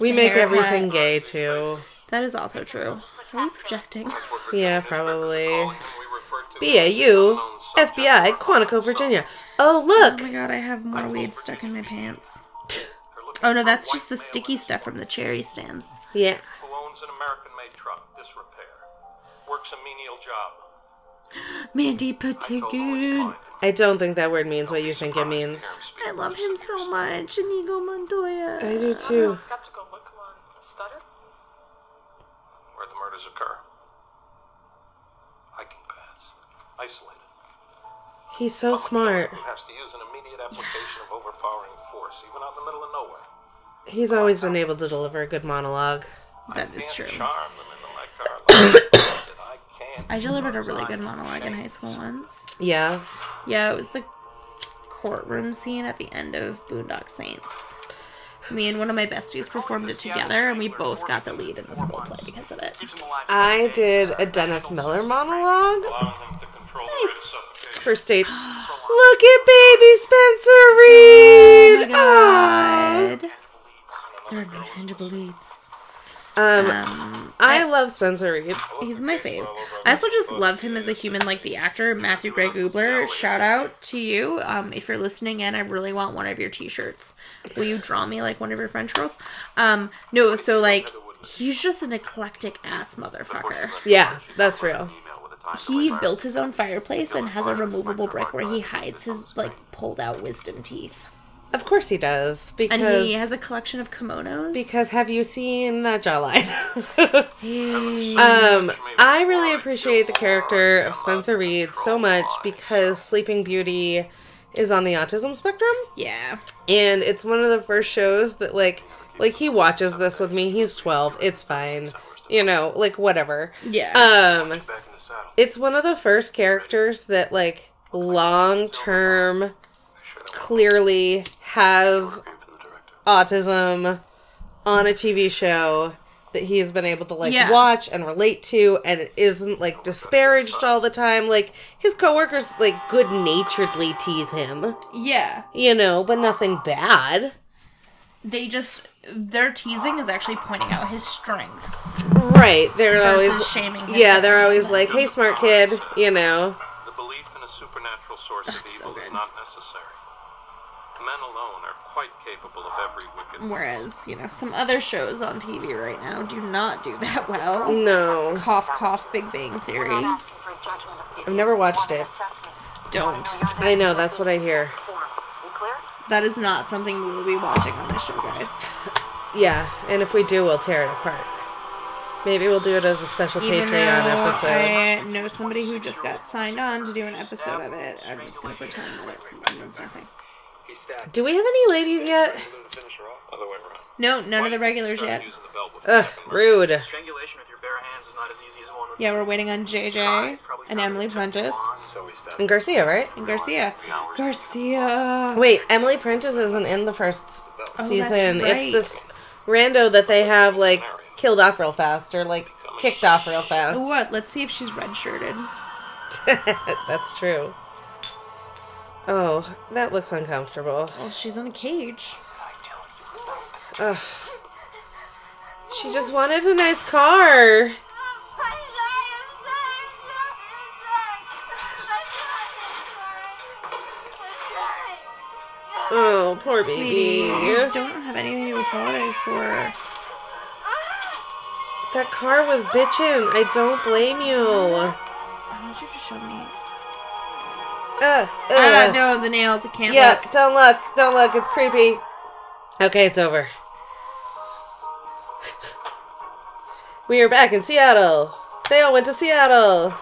[SPEAKER 1] We
[SPEAKER 2] the
[SPEAKER 1] make
[SPEAKER 2] haircut.
[SPEAKER 1] everything gay too.
[SPEAKER 2] That is also true. Are we projecting?
[SPEAKER 1] Yeah, probably.
[SPEAKER 4] We refer to
[SPEAKER 1] BAU, FBI, Quantico, Virginia. Oh
[SPEAKER 2] Oh
[SPEAKER 1] look!
[SPEAKER 2] my god, I have more weed stuck in my pants. Oh no, that's just the sticky stuff from the cherry stands.
[SPEAKER 1] Yeah.
[SPEAKER 4] who owns an American-made truck, disrepair, works a menial job.
[SPEAKER 2] Mandy
[SPEAKER 4] Totally
[SPEAKER 2] Patinkin.
[SPEAKER 4] fine.
[SPEAKER 1] I don't think that word means what you think it means.
[SPEAKER 2] I love him so much. Inigo Montoya.
[SPEAKER 1] I do too.
[SPEAKER 3] Skeptical. Look, come on. Stutter?
[SPEAKER 4] Where the murders occur. Hiking paths, isolated.
[SPEAKER 1] He's so smart.
[SPEAKER 4] Who has to use an immediate application of overpowering force, even out in the middle of nowhere.
[SPEAKER 1] He's always been able to deliver a good monologue.
[SPEAKER 2] That is true.
[SPEAKER 4] Charm them into my car. like I can't.
[SPEAKER 2] I delivered a really good monologue in high school once.
[SPEAKER 1] Yeah.
[SPEAKER 2] Yeah, it was the courtroom scene at the end of Boondock Saints. Me and one of my besties performed it together, and we both got the lead in this whole play because of it. Ah.
[SPEAKER 1] I did a Dennis Miller monologue
[SPEAKER 4] Allowing them to control the rate of suffocation.
[SPEAKER 1] for states. Look at baby Spencer Reed. Ah. Aw.
[SPEAKER 2] Oh God. There are no tangible leads.
[SPEAKER 1] Um,
[SPEAKER 2] Um,
[SPEAKER 1] I love Spencer Reed.
[SPEAKER 2] he's my fave. I also just love him as a human, like the actor Matthew Gray Gubler. Shout out to you. Um, if you're listening in, I really want one of your T-shirts. Will you draw me like one of your French girls? Um, no. So like, he's just an eclectic ass motherfucker.
[SPEAKER 1] Yeah, that's real.
[SPEAKER 4] Email with a time
[SPEAKER 2] He built his own fireplace and has a removable brick where he hides his like pulled out wisdom teeth,
[SPEAKER 1] Of course he does because
[SPEAKER 2] and he has a collection of kimonos.
[SPEAKER 1] because have you seen that jawline?
[SPEAKER 2] Hey.
[SPEAKER 1] Um, I really appreciate the character of Spencer Reed so much because Sleeping Beauty is on the autism spectrum,
[SPEAKER 2] yeah.
[SPEAKER 1] and it's one of the first shows that like like he watches this with me. He's twelve. It's fine, you know, like whatever.
[SPEAKER 2] Yeah.
[SPEAKER 1] Um,
[SPEAKER 4] back in the saddle.
[SPEAKER 1] it's one of the first characters that like long term clearly has
[SPEAKER 4] Even the director.
[SPEAKER 1] autism on a TV show that he has been able to like
[SPEAKER 2] Yeah.
[SPEAKER 1] watch and relate to and it isn't like disparaged all the time. Like his coworkers like good naturedly tease him,
[SPEAKER 2] yeah.
[SPEAKER 1] you know, but nothing bad.
[SPEAKER 2] They just their teasing is actually pointing out his strengths.
[SPEAKER 1] Right. They're
[SPEAKER 2] Versus
[SPEAKER 1] always
[SPEAKER 2] shaming him.
[SPEAKER 1] Yeah, they're always like, Hey smart kid, you know.
[SPEAKER 4] The belief in a supernatural source of
[SPEAKER 2] That's so
[SPEAKER 4] evil is
[SPEAKER 2] good.
[SPEAKER 4] not necessary. Men alone are quite capable of every wicked.
[SPEAKER 2] Whereas, you know, some other shows on TV right now do not do that well.
[SPEAKER 1] No.
[SPEAKER 2] Cough, cough, Big Bang Theory.
[SPEAKER 3] Asking for a judgment of people.
[SPEAKER 1] I've never watched it.
[SPEAKER 3] Assessment.
[SPEAKER 2] Don't.
[SPEAKER 1] I know, that's what I hear.
[SPEAKER 3] Form. You clear?
[SPEAKER 2] That is not something we will be watching on this show, guys.
[SPEAKER 1] Yeah, and if we do we'll tear it apart. Maybe we'll do it as a special
[SPEAKER 2] Even though
[SPEAKER 1] Patreon episode.
[SPEAKER 2] I know somebody who just got signed on to do an episode of it. I'm just gonna pretend that it means nothing.
[SPEAKER 5] He's stacked.
[SPEAKER 1] Do we have any ladies yet?
[SPEAKER 5] Balloon to finish her off.
[SPEAKER 4] Other way around.
[SPEAKER 2] No, none of the
[SPEAKER 4] White,
[SPEAKER 2] regulars
[SPEAKER 4] start
[SPEAKER 2] yet.
[SPEAKER 4] using the belt with the
[SPEAKER 1] Ugh,
[SPEAKER 4] second leg.
[SPEAKER 1] rude.
[SPEAKER 5] Strangulation with your bare hands is not as easy as one with
[SPEAKER 2] Yeah, we're waiting on JJ and Emily Prentice
[SPEAKER 4] So he's
[SPEAKER 1] And
[SPEAKER 4] dead.
[SPEAKER 1] Garcia, right?
[SPEAKER 2] and Garcia. Garcia.
[SPEAKER 1] Wait, Emily Prentice isn't in the first
[SPEAKER 2] Oh, that's
[SPEAKER 1] season.
[SPEAKER 2] right.
[SPEAKER 1] It's this rando that they have like killed off real fast or like kicked off real fast.
[SPEAKER 2] What? Let's see if she's redshirted.
[SPEAKER 1] That's true. Oh, that looks uncomfortable.
[SPEAKER 2] Well, she's in a cage.
[SPEAKER 1] Ugh. She just wanted a nice car. Oh, poor
[SPEAKER 2] Sweetie, you
[SPEAKER 1] baby.
[SPEAKER 2] don't have anything to apologize for.
[SPEAKER 1] That car was bitching. I don't blame you.
[SPEAKER 2] Why don't you just show me?
[SPEAKER 1] Ugh.
[SPEAKER 2] Ah,
[SPEAKER 1] ugh.
[SPEAKER 2] no, the nails. I can't
[SPEAKER 1] Yeah,
[SPEAKER 2] look.
[SPEAKER 1] don't look. Don't look. It's creepy. Okay, it's over. we are back in Seattle. They all went to Seattle.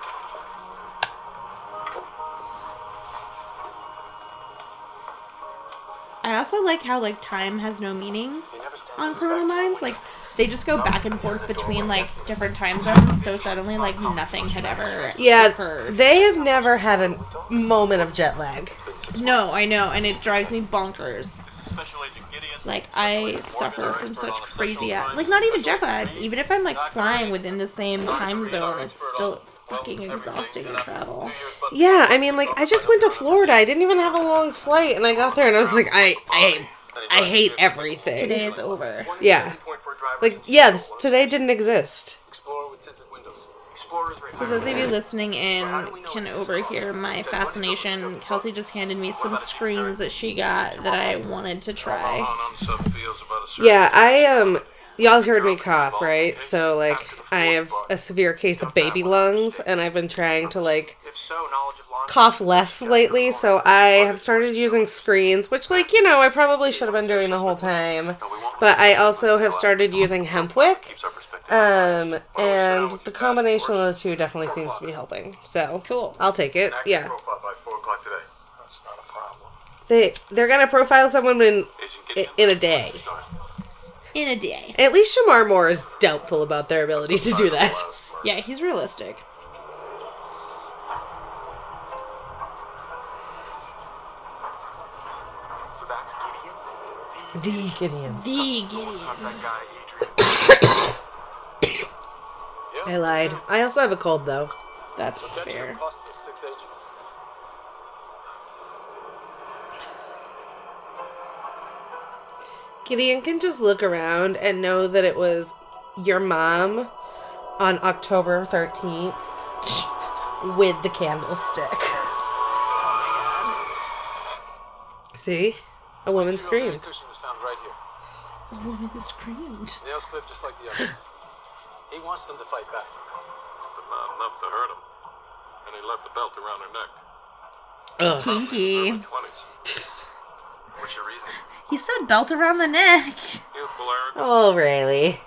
[SPEAKER 2] I also like how like time has no meaning
[SPEAKER 5] He never stands
[SPEAKER 2] on
[SPEAKER 5] in
[SPEAKER 2] Criminal
[SPEAKER 5] the back.
[SPEAKER 2] Minds. Like they just go back and forth between like different time zones. So suddenly, like nothing had ever
[SPEAKER 1] Yeah,
[SPEAKER 2] occurred.
[SPEAKER 1] they have never had a moment of jet lag.
[SPEAKER 2] No, I know, and it drives me bonkers.
[SPEAKER 4] Special Agent Gideon.
[SPEAKER 2] Like I suffer from such crazy ass. Like not even jet lag. Even if I'm like flying within the same time zone, it's still fucking exhausting to travel.
[SPEAKER 1] Yeah, I mean, like I just went to Florida. I didn't even have a long flight, and I got there, and I was like, I, I, I hate everything.
[SPEAKER 2] Today is over.
[SPEAKER 1] Yeah,
[SPEAKER 5] Point for a driver
[SPEAKER 1] like yes, today didn't exist.
[SPEAKER 5] Explorer with tinted windows. Explorers right
[SPEAKER 2] So those of you listening in can overhear my fascination. Kelsey just handed me some screens that she got that I wanted to try.
[SPEAKER 4] On subfields about a certain
[SPEAKER 1] Yeah, I um y'all heard me cough, right? So like I have a severe case of baby lungs and I've been trying to like
[SPEAKER 5] If so, knowledge of law
[SPEAKER 1] cough less lately, so I have started using screens, which like, you know, I probably should have been doing the whole time. But I also have started using hemp wick.
[SPEAKER 4] our perspective.
[SPEAKER 1] Um and the combination of the two definitely seems to be helping. So
[SPEAKER 2] Cool.
[SPEAKER 1] I'll take it. Yeah.
[SPEAKER 4] Profile by four o'clock today. That's not a problem.
[SPEAKER 1] They they're gonna profile someone in
[SPEAKER 4] Agent
[SPEAKER 1] i-
[SPEAKER 4] Gideon.
[SPEAKER 1] in a day.
[SPEAKER 2] In a day.
[SPEAKER 1] At least Shamar Moore is doubtful about their ability to do that.
[SPEAKER 2] Yeah, he's realistic.
[SPEAKER 5] So that's Gideon.
[SPEAKER 1] The Gideon.
[SPEAKER 2] The Gideon.
[SPEAKER 5] That guy Adrian.
[SPEAKER 1] I lied. I also have a cold though.
[SPEAKER 2] That's fair.
[SPEAKER 5] Plus the six agents.
[SPEAKER 1] Gideon can just look around and know that it was your mom on October 13th with the candlestick. See? A woman screamed.
[SPEAKER 5] Cushion was found right here.
[SPEAKER 2] A woman screamed.
[SPEAKER 5] Nails clipped just like the others. he wants them to fight back.
[SPEAKER 4] But not enough to hurt him. And he left the belt around her neck.
[SPEAKER 2] Kinky.
[SPEAKER 4] Twenties.
[SPEAKER 5] What's your reason?
[SPEAKER 2] He said belt around the neck.
[SPEAKER 4] Youthful arrogance.
[SPEAKER 1] Oh, really?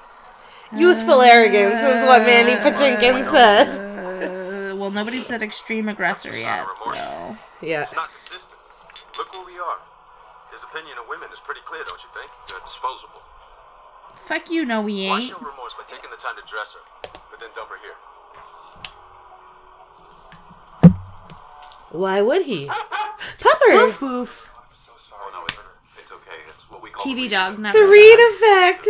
[SPEAKER 1] Youthful arrogance is what Mandy Patinkin said.
[SPEAKER 2] Uh, well, nobody said extreme aggressor yet, so.
[SPEAKER 1] Yeah.
[SPEAKER 4] Not consistent. Look where we are. His opinion of women is pretty clear, don't you think? They're disposable.
[SPEAKER 2] Fuck you, no, we
[SPEAKER 4] Why
[SPEAKER 2] ain't.
[SPEAKER 4] show remorse by taking the time to dress her, but then dump her here?
[SPEAKER 1] Why would he? Pupper!
[SPEAKER 2] Woof woof.
[SPEAKER 4] Oh no, it's, it's okay. It's what we call
[SPEAKER 2] TV
[SPEAKER 4] the-
[SPEAKER 2] dog, not
[SPEAKER 1] The reed effect!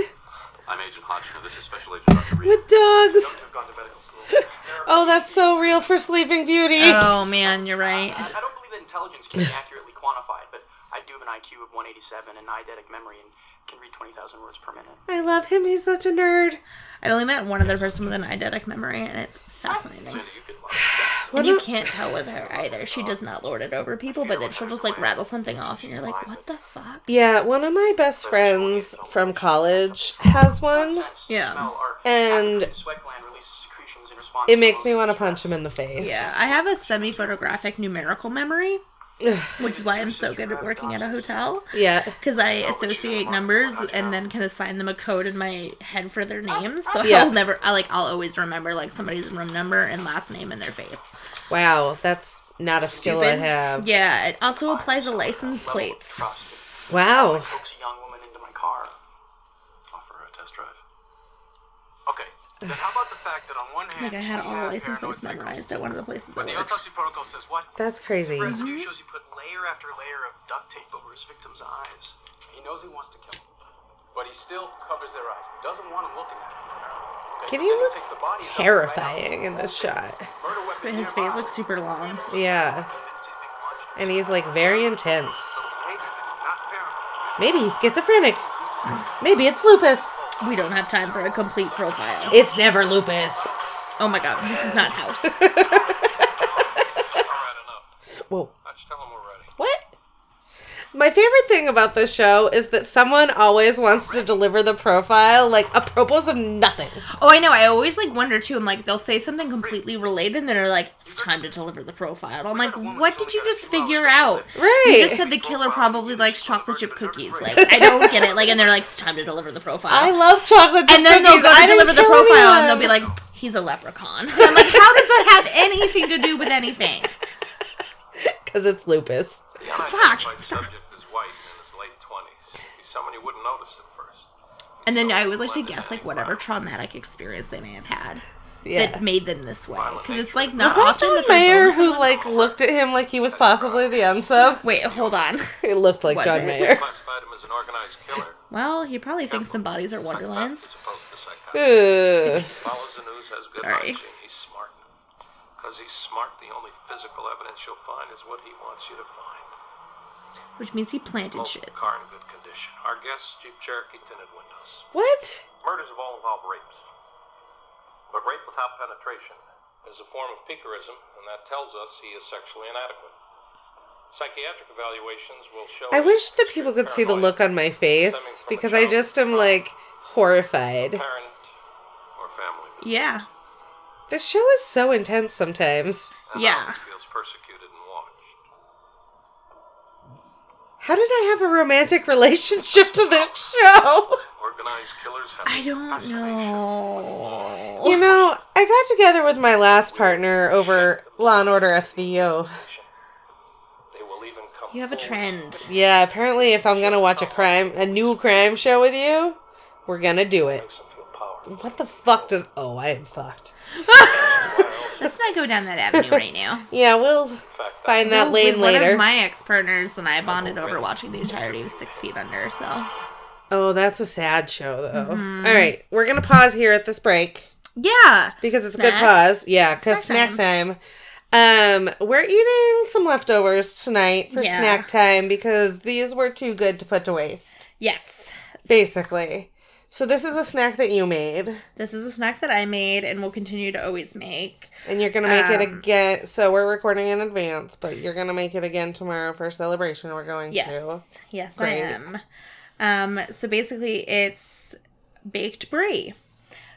[SPEAKER 4] I'm Agent Hodgson. This is Special Agent Dr. Reed.
[SPEAKER 1] With dogs!
[SPEAKER 5] I've gone to medical school.
[SPEAKER 1] Oh, that's so real for Sleeping Beauty!
[SPEAKER 2] Oh man, you're right.
[SPEAKER 5] I don't believe that intelligence can be accurately quantified, but I do have an IQ of 187 and eidetic memory and can read 20,000 words per minute.
[SPEAKER 1] I love him. He's such a nerd.
[SPEAKER 2] I only met one other person with an eidetic memory, and it's fascinating.
[SPEAKER 4] You could lie.
[SPEAKER 2] And you can't tell with her either. She does not lord it over people, but then she'll just like rattle something off, and you're like, what the fuck?
[SPEAKER 1] Yeah, one of my best friends from college has one,
[SPEAKER 2] Yeah.
[SPEAKER 1] and
[SPEAKER 5] Sweat gland releases secretions in response
[SPEAKER 1] it makes me want to punch him in the face.
[SPEAKER 2] Yeah, I have a semi photographic numerical memory, which is why I'm so good at working at a hotel.
[SPEAKER 1] Yeah.
[SPEAKER 2] Because I associate numbers and then can assign them a code in my head for their names. So
[SPEAKER 1] Yeah.
[SPEAKER 2] I'll never, I like, I'll always remember like somebody's room number and last name and their face.
[SPEAKER 1] Wow, that's not a skill I
[SPEAKER 2] Stupid.
[SPEAKER 1] have.
[SPEAKER 2] Yeah, it also applies to license plates.
[SPEAKER 5] Trust.
[SPEAKER 1] Wow.
[SPEAKER 5] Coax a young woman into my car.
[SPEAKER 4] Offer her a test drive. Okay. Then how about the fact that on one hand,
[SPEAKER 2] Like I had
[SPEAKER 4] you
[SPEAKER 2] all the
[SPEAKER 4] have
[SPEAKER 2] license
[SPEAKER 4] paranoid
[SPEAKER 2] plates
[SPEAKER 4] psychos,
[SPEAKER 2] memorized at one of the places I
[SPEAKER 4] But the
[SPEAKER 2] worked.
[SPEAKER 4] autopsy protocol says what?
[SPEAKER 1] That's crazy.
[SPEAKER 2] Mm-hmm.
[SPEAKER 5] Residue shows he put layer after layer of duct tape over his victim's eyes. He knows he wants to kill him,
[SPEAKER 4] But he still covers their eyes. Doesn't want him looking at him.
[SPEAKER 1] Gideon looks terrifying in this shot.
[SPEAKER 4] Murder weapon
[SPEAKER 2] But his face looks super long.
[SPEAKER 1] Yeah. And he's like very intense.
[SPEAKER 4] behavior that's not paranoid.
[SPEAKER 1] Maybe he's schizophrenic. Maybe it's lupus.
[SPEAKER 2] We don't have time for a complete profile.
[SPEAKER 1] It's never lupus.
[SPEAKER 2] Oh my god, this is not house.
[SPEAKER 4] All right, enough.
[SPEAKER 1] Whoa.
[SPEAKER 4] I just tell him we're ready.
[SPEAKER 1] What? My favorite thing about this show is that someone always wants to deliver the profile like apropos of nothing.
[SPEAKER 2] Oh, I know. I always like wonder too. I'm like, they'll say something completely related, and they're like, "It's time to deliver the profile." And I'm like, "What did you just figure out?"
[SPEAKER 1] Right.
[SPEAKER 2] You just said the killer probably likes chocolate chip cookies. Like, I don't get it. Like, and they're like, "It's time to deliver the profile."
[SPEAKER 1] I love chocolate. chip
[SPEAKER 2] Oh. and then they'll
[SPEAKER 1] cookies.
[SPEAKER 2] go to
[SPEAKER 1] I didn't
[SPEAKER 2] deliver the
[SPEAKER 1] kill
[SPEAKER 2] profile, and
[SPEAKER 1] anyone.
[SPEAKER 2] they'll be like, "He's a leprechaun." And I'm like, "How does that have anything to do with anything?"
[SPEAKER 1] Because it's lupus.
[SPEAKER 4] The unidentified subject is white and in his late 20s. He's someone you wouldn't notice at first.
[SPEAKER 2] And then I always like to guess like whatever traumatic experience they may have had
[SPEAKER 1] Yeah.
[SPEAKER 2] that made them this way, because it's like
[SPEAKER 1] Was
[SPEAKER 2] not
[SPEAKER 1] that
[SPEAKER 2] often
[SPEAKER 1] John
[SPEAKER 2] that they're
[SPEAKER 1] Mayer
[SPEAKER 2] both-
[SPEAKER 1] who like looked at him like he was possibly the unsub?
[SPEAKER 2] Wait, hold on.
[SPEAKER 1] It looked like
[SPEAKER 2] Was
[SPEAKER 1] John
[SPEAKER 2] it?
[SPEAKER 1] Mayer.
[SPEAKER 4] Classified him as an organized killer.
[SPEAKER 2] Well, he probably thinks some bodies are Wonderlands.
[SPEAKER 4] As opposed to psychotic.
[SPEAKER 1] Ugh.
[SPEAKER 4] Follows the news, has good
[SPEAKER 2] Sorry.
[SPEAKER 4] hygiene. He's smart. Because he's smart, the only physical evidence you'll find is what he wants you to find.
[SPEAKER 2] Which means he planted shit.
[SPEAKER 4] Multiple car in good condition. Our guess, Jeep Cherokee, tinted windows.
[SPEAKER 1] What?
[SPEAKER 4] Murders have all involved rapes. But rape without penetration is a form of peakerism, and that tells us he is sexually inadequate. Psychiatric evaluations will show.
[SPEAKER 1] I
[SPEAKER 4] he's
[SPEAKER 1] wish that
[SPEAKER 4] extreme
[SPEAKER 1] people could see the
[SPEAKER 4] paranoia,
[SPEAKER 1] look on my face because I just am like horrified.
[SPEAKER 4] Parent or family.
[SPEAKER 2] Yeah.
[SPEAKER 1] This show is so intense sometimes.
[SPEAKER 4] And
[SPEAKER 2] Yeah.
[SPEAKER 4] often Feels persecuted and watched.
[SPEAKER 1] How did I have a romantic relationship to this show?
[SPEAKER 4] Organized killers have.
[SPEAKER 2] I don't know.
[SPEAKER 1] You know, I got together with my last partner over Law and Order SVU.
[SPEAKER 4] They will even come.
[SPEAKER 2] You have a
[SPEAKER 4] forward.
[SPEAKER 2] trend.
[SPEAKER 1] Yeah, apparently if I'm gonna watch a crime a new crime show with you, we're gonna do it.
[SPEAKER 4] Makes them feel
[SPEAKER 2] Mm.
[SPEAKER 4] powerful.
[SPEAKER 1] What the fuck does Oh, I am fucked.
[SPEAKER 2] Let's not go down that avenue right now.
[SPEAKER 1] Yeah, we'll find that
[SPEAKER 2] No,
[SPEAKER 1] lane
[SPEAKER 2] with One
[SPEAKER 1] later.
[SPEAKER 2] of my ex partners and I bonded over watching the entirety of Six Feet Under, so.
[SPEAKER 1] oh, that's a sad show though. All right, we're gonna pause here at this break.
[SPEAKER 2] Yeah.
[SPEAKER 1] because it's a good
[SPEAKER 2] Snack?
[SPEAKER 1] pause. Yeah, because snack
[SPEAKER 2] Snack
[SPEAKER 1] time. Um, we're eating some leftovers tonight for
[SPEAKER 2] Yeah.
[SPEAKER 1] snack time because these were too good to put to waste,
[SPEAKER 2] Yes.
[SPEAKER 1] basically. So this is a snack that you made,
[SPEAKER 2] This is a snack that I made and will continue to always make.
[SPEAKER 1] and you're gonna make it
[SPEAKER 2] Um,
[SPEAKER 1] again. So we're recording in advance, but you're gonna make it again tomorrow for celebration. We're going to.
[SPEAKER 2] Yes. Yes,
[SPEAKER 1] Great.
[SPEAKER 2] I am. Um, so basically, it's baked brie.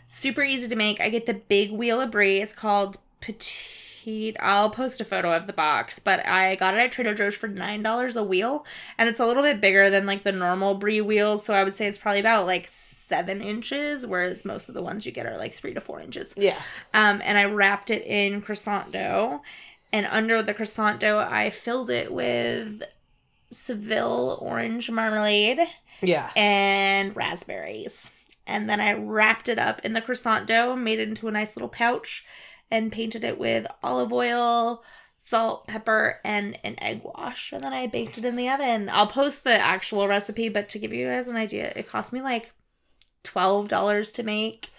[SPEAKER 2] Super easy to make. I get the big wheel of brie. It's called petite. I'll post a photo of the box, but I got it at Trader Joe's for nine dollars a wheel, and it's a little bit bigger than like the normal brie wheels. So I would say it's probably about like seven inches, whereas most of the ones you get are like three to four inches
[SPEAKER 1] Yeah.
[SPEAKER 2] um, and I wrapped it in croissant dough. And under the croissant dough, I filled it with Seville orange marmalade
[SPEAKER 1] Yeah.
[SPEAKER 2] and raspberries. And then I wrapped it up in the croissant dough, made it into a nice little pouch, and painted it with olive oil, salt, pepper, and an egg wash. And then I baked it in the oven. I'll post the actual recipe, but to give you guys an idea, it cost me like $12 to make.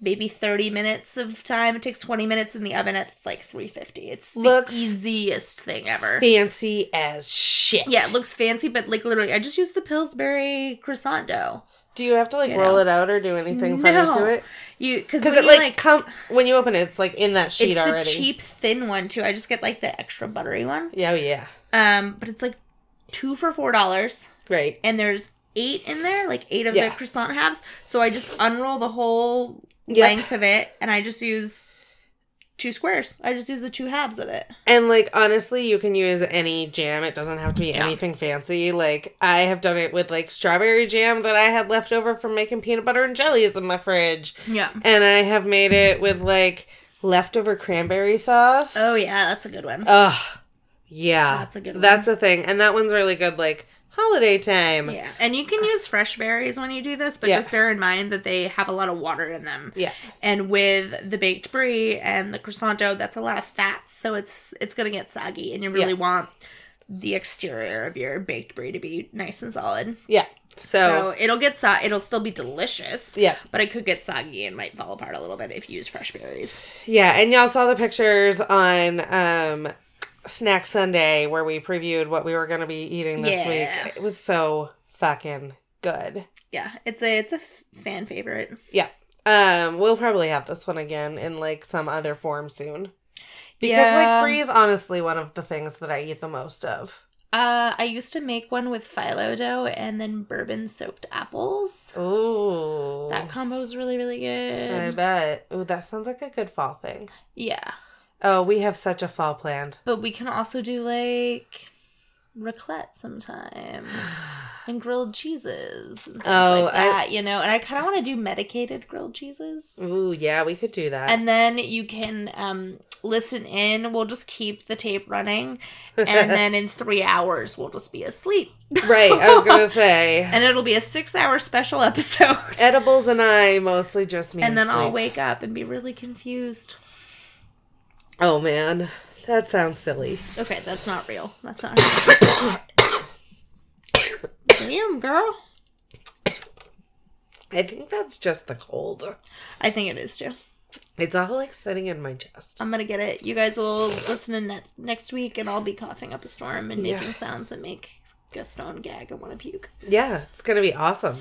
[SPEAKER 2] Maybe 30 minutes of time. It takes 20 minutes in the oven. It's like 350. It's
[SPEAKER 1] Looks
[SPEAKER 2] the easiest thing ever.
[SPEAKER 1] Fancy as shit.
[SPEAKER 2] Yeah, it looks fancy, but like literally, I just used the Pillsbury croissant dough.
[SPEAKER 1] Do you have to like
[SPEAKER 2] You
[SPEAKER 1] roll
[SPEAKER 2] know.
[SPEAKER 1] it out or do
[SPEAKER 2] No.
[SPEAKER 1] anything funny to it?
[SPEAKER 2] You because
[SPEAKER 1] Because it
[SPEAKER 2] like,
[SPEAKER 1] like, come when you open it, it's like in that sheet
[SPEAKER 2] it's the
[SPEAKER 1] already.
[SPEAKER 2] cheap thin one too. I just get like the extra buttery one.
[SPEAKER 1] Yeah. oh, Yeah.
[SPEAKER 2] Um, but it's like two for four dollars,
[SPEAKER 1] Right.
[SPEAKER 2] and there's eight in there, like eight of
[SPEAKER 1] Yeah.
[SPEAKER 2] the croissant halves. So I just unroll the whole
[SPEAKER 1] Yep.
[SPEAKER 2] length of it, and I just use two squares. I just use the two halves of it.
[SPEAKER 1] And like honestly, you can use any jam. It doesn't have to be anything fancy. Like I have done it with like strawberry jam that I had left over from making peanut butter and jellies in my fridge.
[SPEAKER 2] Yeah.
[SPEAKER 1] And I have made it with like leftover cranberry sauce.
[SPEAKER 2] Oh yeah, that's a good one.
[SPEAKER 1] Ugh. Yeah.
[SPEAKER 2] That's a good one.
[SPEAKER 1] That's a thing. And that one's really good, like holiday time.
[SPEAKER 2] Yeah, and you can use fresh berries when you do this, but
[SPEAKER 1] Yeah.
[SPEAKER 2] just bear in mind that they have a lot of water in them.
[SPEAKER 1] Yeah.
[SPEAKER 2] and with the baked brie and the croissant dough, that's a lot of fats, so it's it's gonna get soggy, and you really
[SPEAKER 1] Yeah.
[SPEAKER 2] want the exterior of your baked brie to be nice and solid.
[SPEAKER 1] Yeah. So,
[SPEAKER 2] So it'll get so it'll still be delicious.
[SPEAKER 1] Yeah.
[SPEAKER 2] but it could get soggy and might fall apart a little bit if you use fresh berries.
[SPEAKER 1] yeah, and y'all saw the pictures on um Snack Sunday where we previewed what we were gonna be eating this
[SPEAKER 2] Yeah.
[SPEAKER 1] week. It was so fucking good.
[SPEAKER 2] Yeah, it's a it's a f- fan favorite.
[SPEAKER 1] Yeah. Um, we'll probably have this one again in like some other form soon. Because
[SPEAKER 2] Yeah.
[SPEAKER 1] like brie is honestly one of the things that I eat the most of.
[SPEAKER 2] Uh, I used to make one with phyllo dough and then bourbon soaked apples.
[SPEAKER 1] Ooh.
[SPEAKER 2] That combo is really, really good.
[SPEAKER 1] I bet. Ooh, that sounds like a good fall thing.
[SPEAKER 2] Yeah.
[SPEAKER 1] Oh, we have such a fall planned.
[SPEAKER 2] But we can also do like raclette sometime and grilled cheeses. And things
[SPEAKER 1] Oh,
[SPEAKER 2] like
[SPEAKER 1] I-
[SPEAKER 2] that, you know, and I kind of want to do medicated grilled cheeses.
[SPEAKER 1] Ooh, yeah, we could do that.
[SPEAKER 2] And then you can um, listen in. We'll just keep the tape running. And then in three hours, we'll just be asleep.
[SPEAKER 1] right, I was gonna say
[SPEAKER 2] And it'll be a six hour special episode.
[SPEAKER 1] edibles and I mostly just mean.
[SPEAKER 2] And then I'll
[SPEAKER 1] sleep.
[SPEAKER 2] wake up and be really confused.
[SPEAKER 1] Oh man, that sounds silly.
[SPEAKER 2] Okay, that's not real. That's not real. Damn, girl.
[SPEAKER 1] I think that's just the cold.
[SPEAKER 2] I think it is too.
[SPEAKER 1] It's all like sitting in my chest.
[SPEAKER 2] I'm gonna get it. You guys will listen in next next week, and I'll be coughing up a storm and making
[SPEAKER 1] Yeah.
[SPEAKER 2] sounds that make Gaston gag and want to puke.
[SPEAKER 1] Yeah, it's gonna be awesome.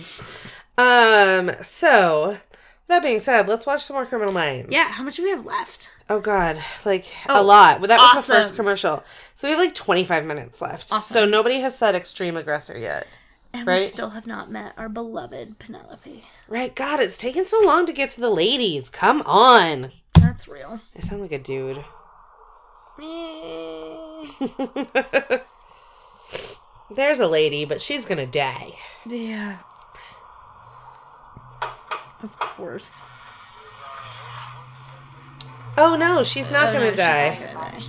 [SPEAKER 1] Um, so that being said, let's watch some more Criminal Minds.
[SPEAKER 2] Yeah, how much do we have left?
[SPEAKER 1] Oh God, like
[SPEAKER 2] Oh,
[SPEAKER 1] a lot. Well, that was the
[SPEAKER 2] awesome.
[SPEAKER 1] first commercial, so we have like 25 minutes left. So
[SPEAKER 2] Awesome.
[SPEAKER 1] nobody has said extreme aggressor yet.
[SPEAKER 2] And we
[SPEAKER 1] Right.
[SPEAKER 2] still have not met our beloved Penelope.
[SPEAKER 1] Right, God, it's taking so long to get to the ladies. Come on.
[SPEAKER 2] That's real.
[SPEAKER 1] I sound like a dude.
[SPEAKER 2] Eh,
[SPEAKER 1] There's a lady, but she's gonna die.
[SPEAKER 2] Yeah. Of course.
[SPEAKER 1] Oh no, she's not
[SPEAKER 2] Oh, no,
[SPEAKER 1] gonna
[SPEAKER 2] she's
[SPEAKER 1] die.
[SPEAKER 2] not gonna die.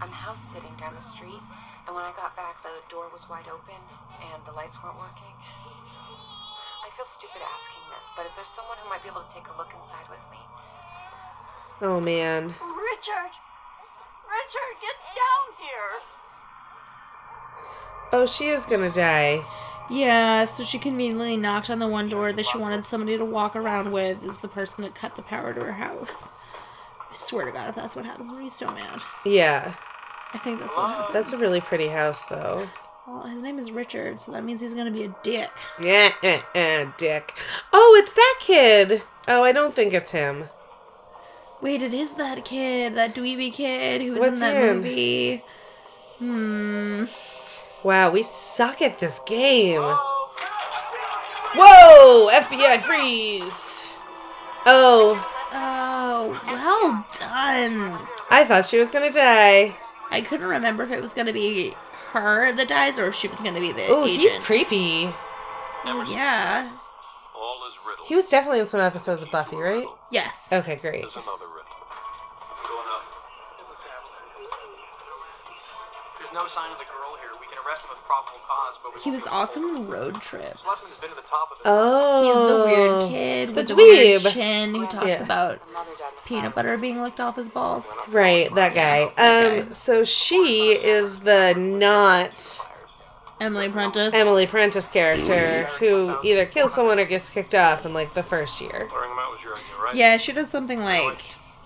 [SPEAKER 3] I'm house sitting down the street, and when I got back, the door was wide open and the lights weren't working. I feel stupid asking this, but is there someone who might be able to take a look inside with me?
[SPEAKER 1] Oh man.
[SPEAKER 3] Richard! Richard, get down here!
[SPEAKER 1] Oh, she is gonna die.
[SPEAKER 2] Yeah, so she conveniently knocked on the one door that she wanted somebody to walk around with is the person that cut the power to her house. I swear to God, if that's what happens, I'm gonna be so mad.
[SPEAKER 1] Yeah,
[SPEAKER 2] I think that's what happens.
[SPEAKER 1] that's a really pretty house though.
[SPEAKER 2] Well, his name is Richard, so that means he's gonna be a dick.
[SPEAKER 1] Yeah, eh, eh, dick. Oh, it's that kid. Oh, I don't think it's him.
[SPEAKER 2] Wait, it is that kid, that dweeby kid who was in
[SPEAKER 1] What's
[SPEAKER 2] that
[SPEAKER 1] him?
[SPEAKER 2] movie. Hmm.
[SPEAKER 1] Wow, we suck at this game. Whoa, FBI freeze. Oh,
[SPEAKER 2] Oh, well done.
[SPEAKER 1] I thought she was gonna die.
[SPEAKER 2] I couldn't remember if it was gonna be her that dies or if she was gonna be the
[SPEAKER 1] Oh,
[SPEAKER 2] agent.
[SPEAKER 1] he's creepy.
[SPEAKER 2] Oh, yeah.
[SPEAKER 4] All is riddled.
[SPEAKER 1] He was definitely in some episodes of Buffy, right?
[SPEAKER 2] Yes.
[SPEAKER 1] Okay, great.
[SPEAKER 4] There's another riddle. Going up.
[SPEAKER 5] There's no sign of the girl here. We can arrest him with probable cause, but we
[SPEAKER 2] He was awesome in Road Trip.
[SPEAKER 5] Schlesman has been to the top of it.
[SPEAKER 2] He's the
[SPEAKER 1] Oh,
[SPEAKER 2] weird kid with the,
[SPEAKER 1] the
[SPEAKER 2] weird
[SPEAKER 1] dweeb.
[SPEAKER 2] chin who talks
[SPEAKER 1] Yeah.
[SPEAKER 2] about
[SPEAKER 3] Another down the
[SPEAKER 2] peanut butter being licked off his balls. Oh
[SPEAKER 1] Right, that guy. Um, so she is the not
[SPEAKER 2] Emily Prentice.
[SPEAKER 1] Emily Prentice character who either kills someone or gets kicked off in like the first year.
[SPEAKER 4] Clearing him out was your idea, right?
[SPEAKER 2] yeah, she does something like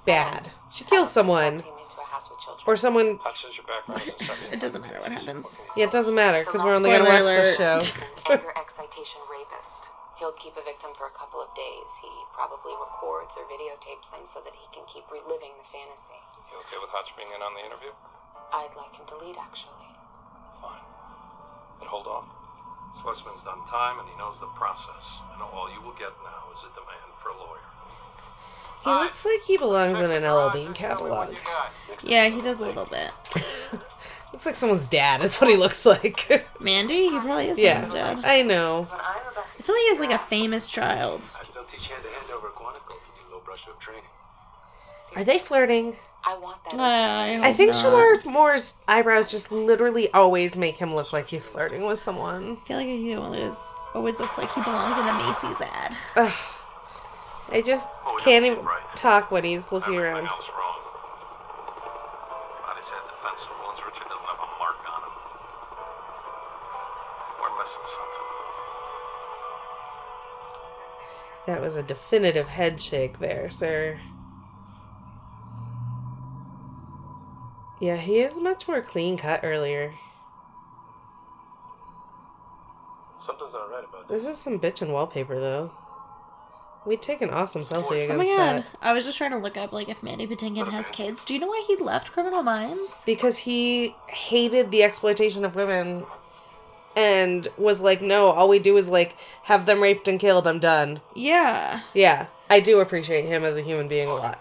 [SPEAKER 1] Bad. She kills someone
[SPEAKER 3] Came into a house with children.
[SPEAKER 1] or someone.
[SPEAKER 4] That says your background is sexual.
[SPEAKER 2] it doesn't matter what happens.
[SPEAKER 1] Yeah, it doesn't matter because we're only gonna watch
[SPEAKER 2] Spoiler
[SPEAKER 1] this show.
[SPEAKER 2] alert.
[SPEAKER 3] anger excitation rapist. He'll keep a victim for a couple of days. He probably records or videotapes them so that he can keep reliving the fantasy.
[SPEAKER 4] You okay with Hutch being in on the interview?
[SPEAKER 3] I'd like him to lead, actually.
[SPEAKER 4] Fine. But hold off. Schlesman's done time and he knows the process. And all you will get now is a demand for a lawyer.
[SPEAKER 1] He looks like he belongs in an L.O. Bean catalog.
[SPEAKER 2] Yeah, he does a little bit.
[SPEAKER 1] Looks like someone's dad is what he looks like.
[SPEAKER 2] Mandy, he probably is
[SPEAKER 1] yeah,
[SPEAKER 2] someone's dad.
[SPEAKER 1] I know.
[SPEAKER 3] When I'm about
[SPEAKER 2] I feel like he's like a famous child.
[SPEAKER 4] I still teach hand to hand over guanaco if you do a little brush up training.
[SPEAKER 3] seriously.
[SPEAKER 1] Are they flirting?
[SPEAKER 3] I want that.
[SPEAKER 2] Uh,
[SPEAKER 4] Oh,
[SPEAKER 1] I think Shamar's Moore's eyebrows just literally always make him look like he's flirting with someone.
[SPEAKER 2] I feel like he always always looks like he belongs in a Macy's ad.
[SPEAKER 1] I just
[SPEAKER 4] Oh, yeah,
[SPEAKER 1] can't even
[SPEAKER 4] right.
[SPEAKER 1] talk when he's looking
[SPEAKER 4] Everything
[SPEAKER 1] around.
[SPEAKER 4] else wrong. I just had defensive ones. Richard doesn't have a mark on him. We're missing something.
[SPEAKER 1] That was a definitive head shake there, sir. Yeah, he is much more clean cut earlier.
[SPEAKER 4] Something's not right about
[SPEAKER 1] This is some bitchin' wallpaper, though. We'd take an awesome selfie
[SPEAKER 2] Oh my
[SPEAKER 1] against
[SPEAKER 2] god!
[SPEAKER 1] that.
[SPEAKER 2] I was just trying to look up like if Mandy Patinkin has kids. Do you know why he left Criminal Minds?
[SPEAKER 1] Because he hated the exploitation of women and was like, no, all we do is like have them raped and killed, I'm done.
[SPEAKER 2] Yeah,
[SPEAKER 1] Yeah, I do appreciate him as a human being a lot.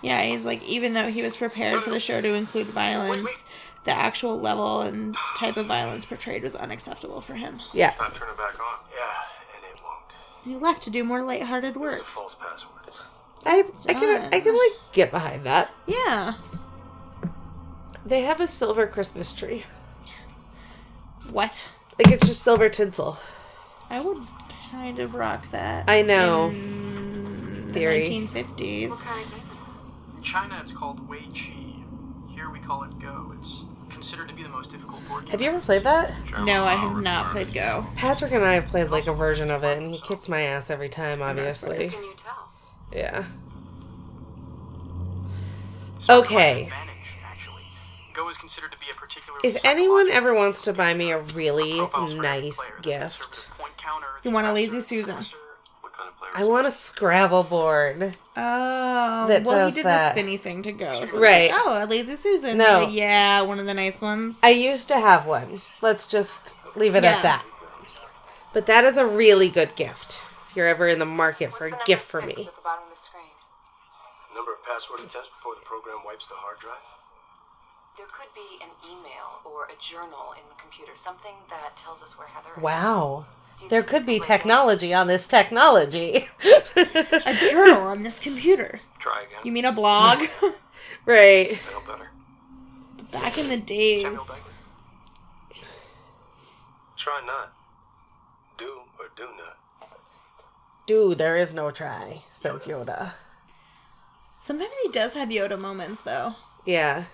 [SPEAKER 2] yeah. He's like, even though he was prepared for the show to include violence, the actual level and type of violence portrayed was unacceptable for him.
[SPEAKER 1] Yeah.
[SPEAKER 4] Not turning back on. Yeah, and it won't.
[SPEAKER 2] He left to do more lighthearted work.
[SPEAKER 4] It's a false password.
[SPEAKER 1] I, I can I
[SPEAKER 2] Done.
[SPEAKER 1] can like get behind that.
[SPEAKER 2] Yeah.
[SPEAKER 1] They have a silver Christmas tree.
[SPEAKER 2] What?
[SPEAKER 1] Like it's just silver tinsel.
[SPEAKER 2] I would kind of rock that.
[SPEAKER 1] I know.
[SPEAKER 2] In the
[SPEAKER 1] Theory.
[SPEAKER 2] 1950s.
[SPEAKER 5] In China, it's called Wei Qi. Here we call it Go. It's considered to be the most difficult board game.
[SPEAKER 1] Have you ever played that?
[SPEAKER 2] No, I have not played Go.
[SPEAKER 1] Patrick and I have played like a version of it, and he kicks my ass every time. Obviously.
[SPEAKER 3] Can you tell?
[SPEAKER 1] Yeah.
[SPEAKER 5] It's sort of
[SPEAKER 1] Okay.
[SPEAKER 5] like Advantage, actually. Go is considered to be a particular.
[SPEAKER 1] If anyone ever wants to buy me a really nice gift,
[SPEAKER 2] You want a Lazy Susan?
[SPEAKER 4] What kind of player
[SPEAKER 1] I want a Scrabble board.
[SPEAKER 2] Oh,
[SPEAKER 1] That
[SPEAKER 2] well,
[SPEAKER 1] does
[SPEAKER 2] he did
[SPEAKER 1] that.
[SPEAKER 2] the spinny thing to go. So it's
[SPEAKER 1] Right.
[SPEAKER 2] like, oh, a lazy Susan.
[SPEAKER 1] No.
[SPEAKER 2] Like, yeah, one of the nice ones.
[SPEAKER 1] I used to have one. Let's just leave it
[SPEAKER 2] Yeah.
[SPEAKER 1] at that. But that is a really good gift. If you're ever in the market for a
[SPEAKER 3] What's the number
[SPEAKER 1] gift for
[SPEAKER 3] six
[SPEAKER 1] me.
[SPEAKER 3] At the bottom of the screen.
[SPEAKER 4] Number of password attempts before the program wipes the hard drive?
[SPEAKER 3] There could be an email or a journal in the computer, something that tells us where Heather is.
[SPEAKER 1] Wow. There could be technology on this technology.
[SPEAKER 2] A journal on this computer.
[SPEAKER 4] Try again.
[SPEAKER 2] You mean a blog?
[SPEAKER 1] right.
[SPEAKER 4] No better.
[SPEAKER 2] Back in the days.
[SPEAKER 4] No better. Try not. Do or do not.
[SPEAKER 1] Dude, there is no try, says Yoda.
[SPEAKER 2] Sometimes he does have Yoda moments, though.
[SPEAKER 1] Yeah.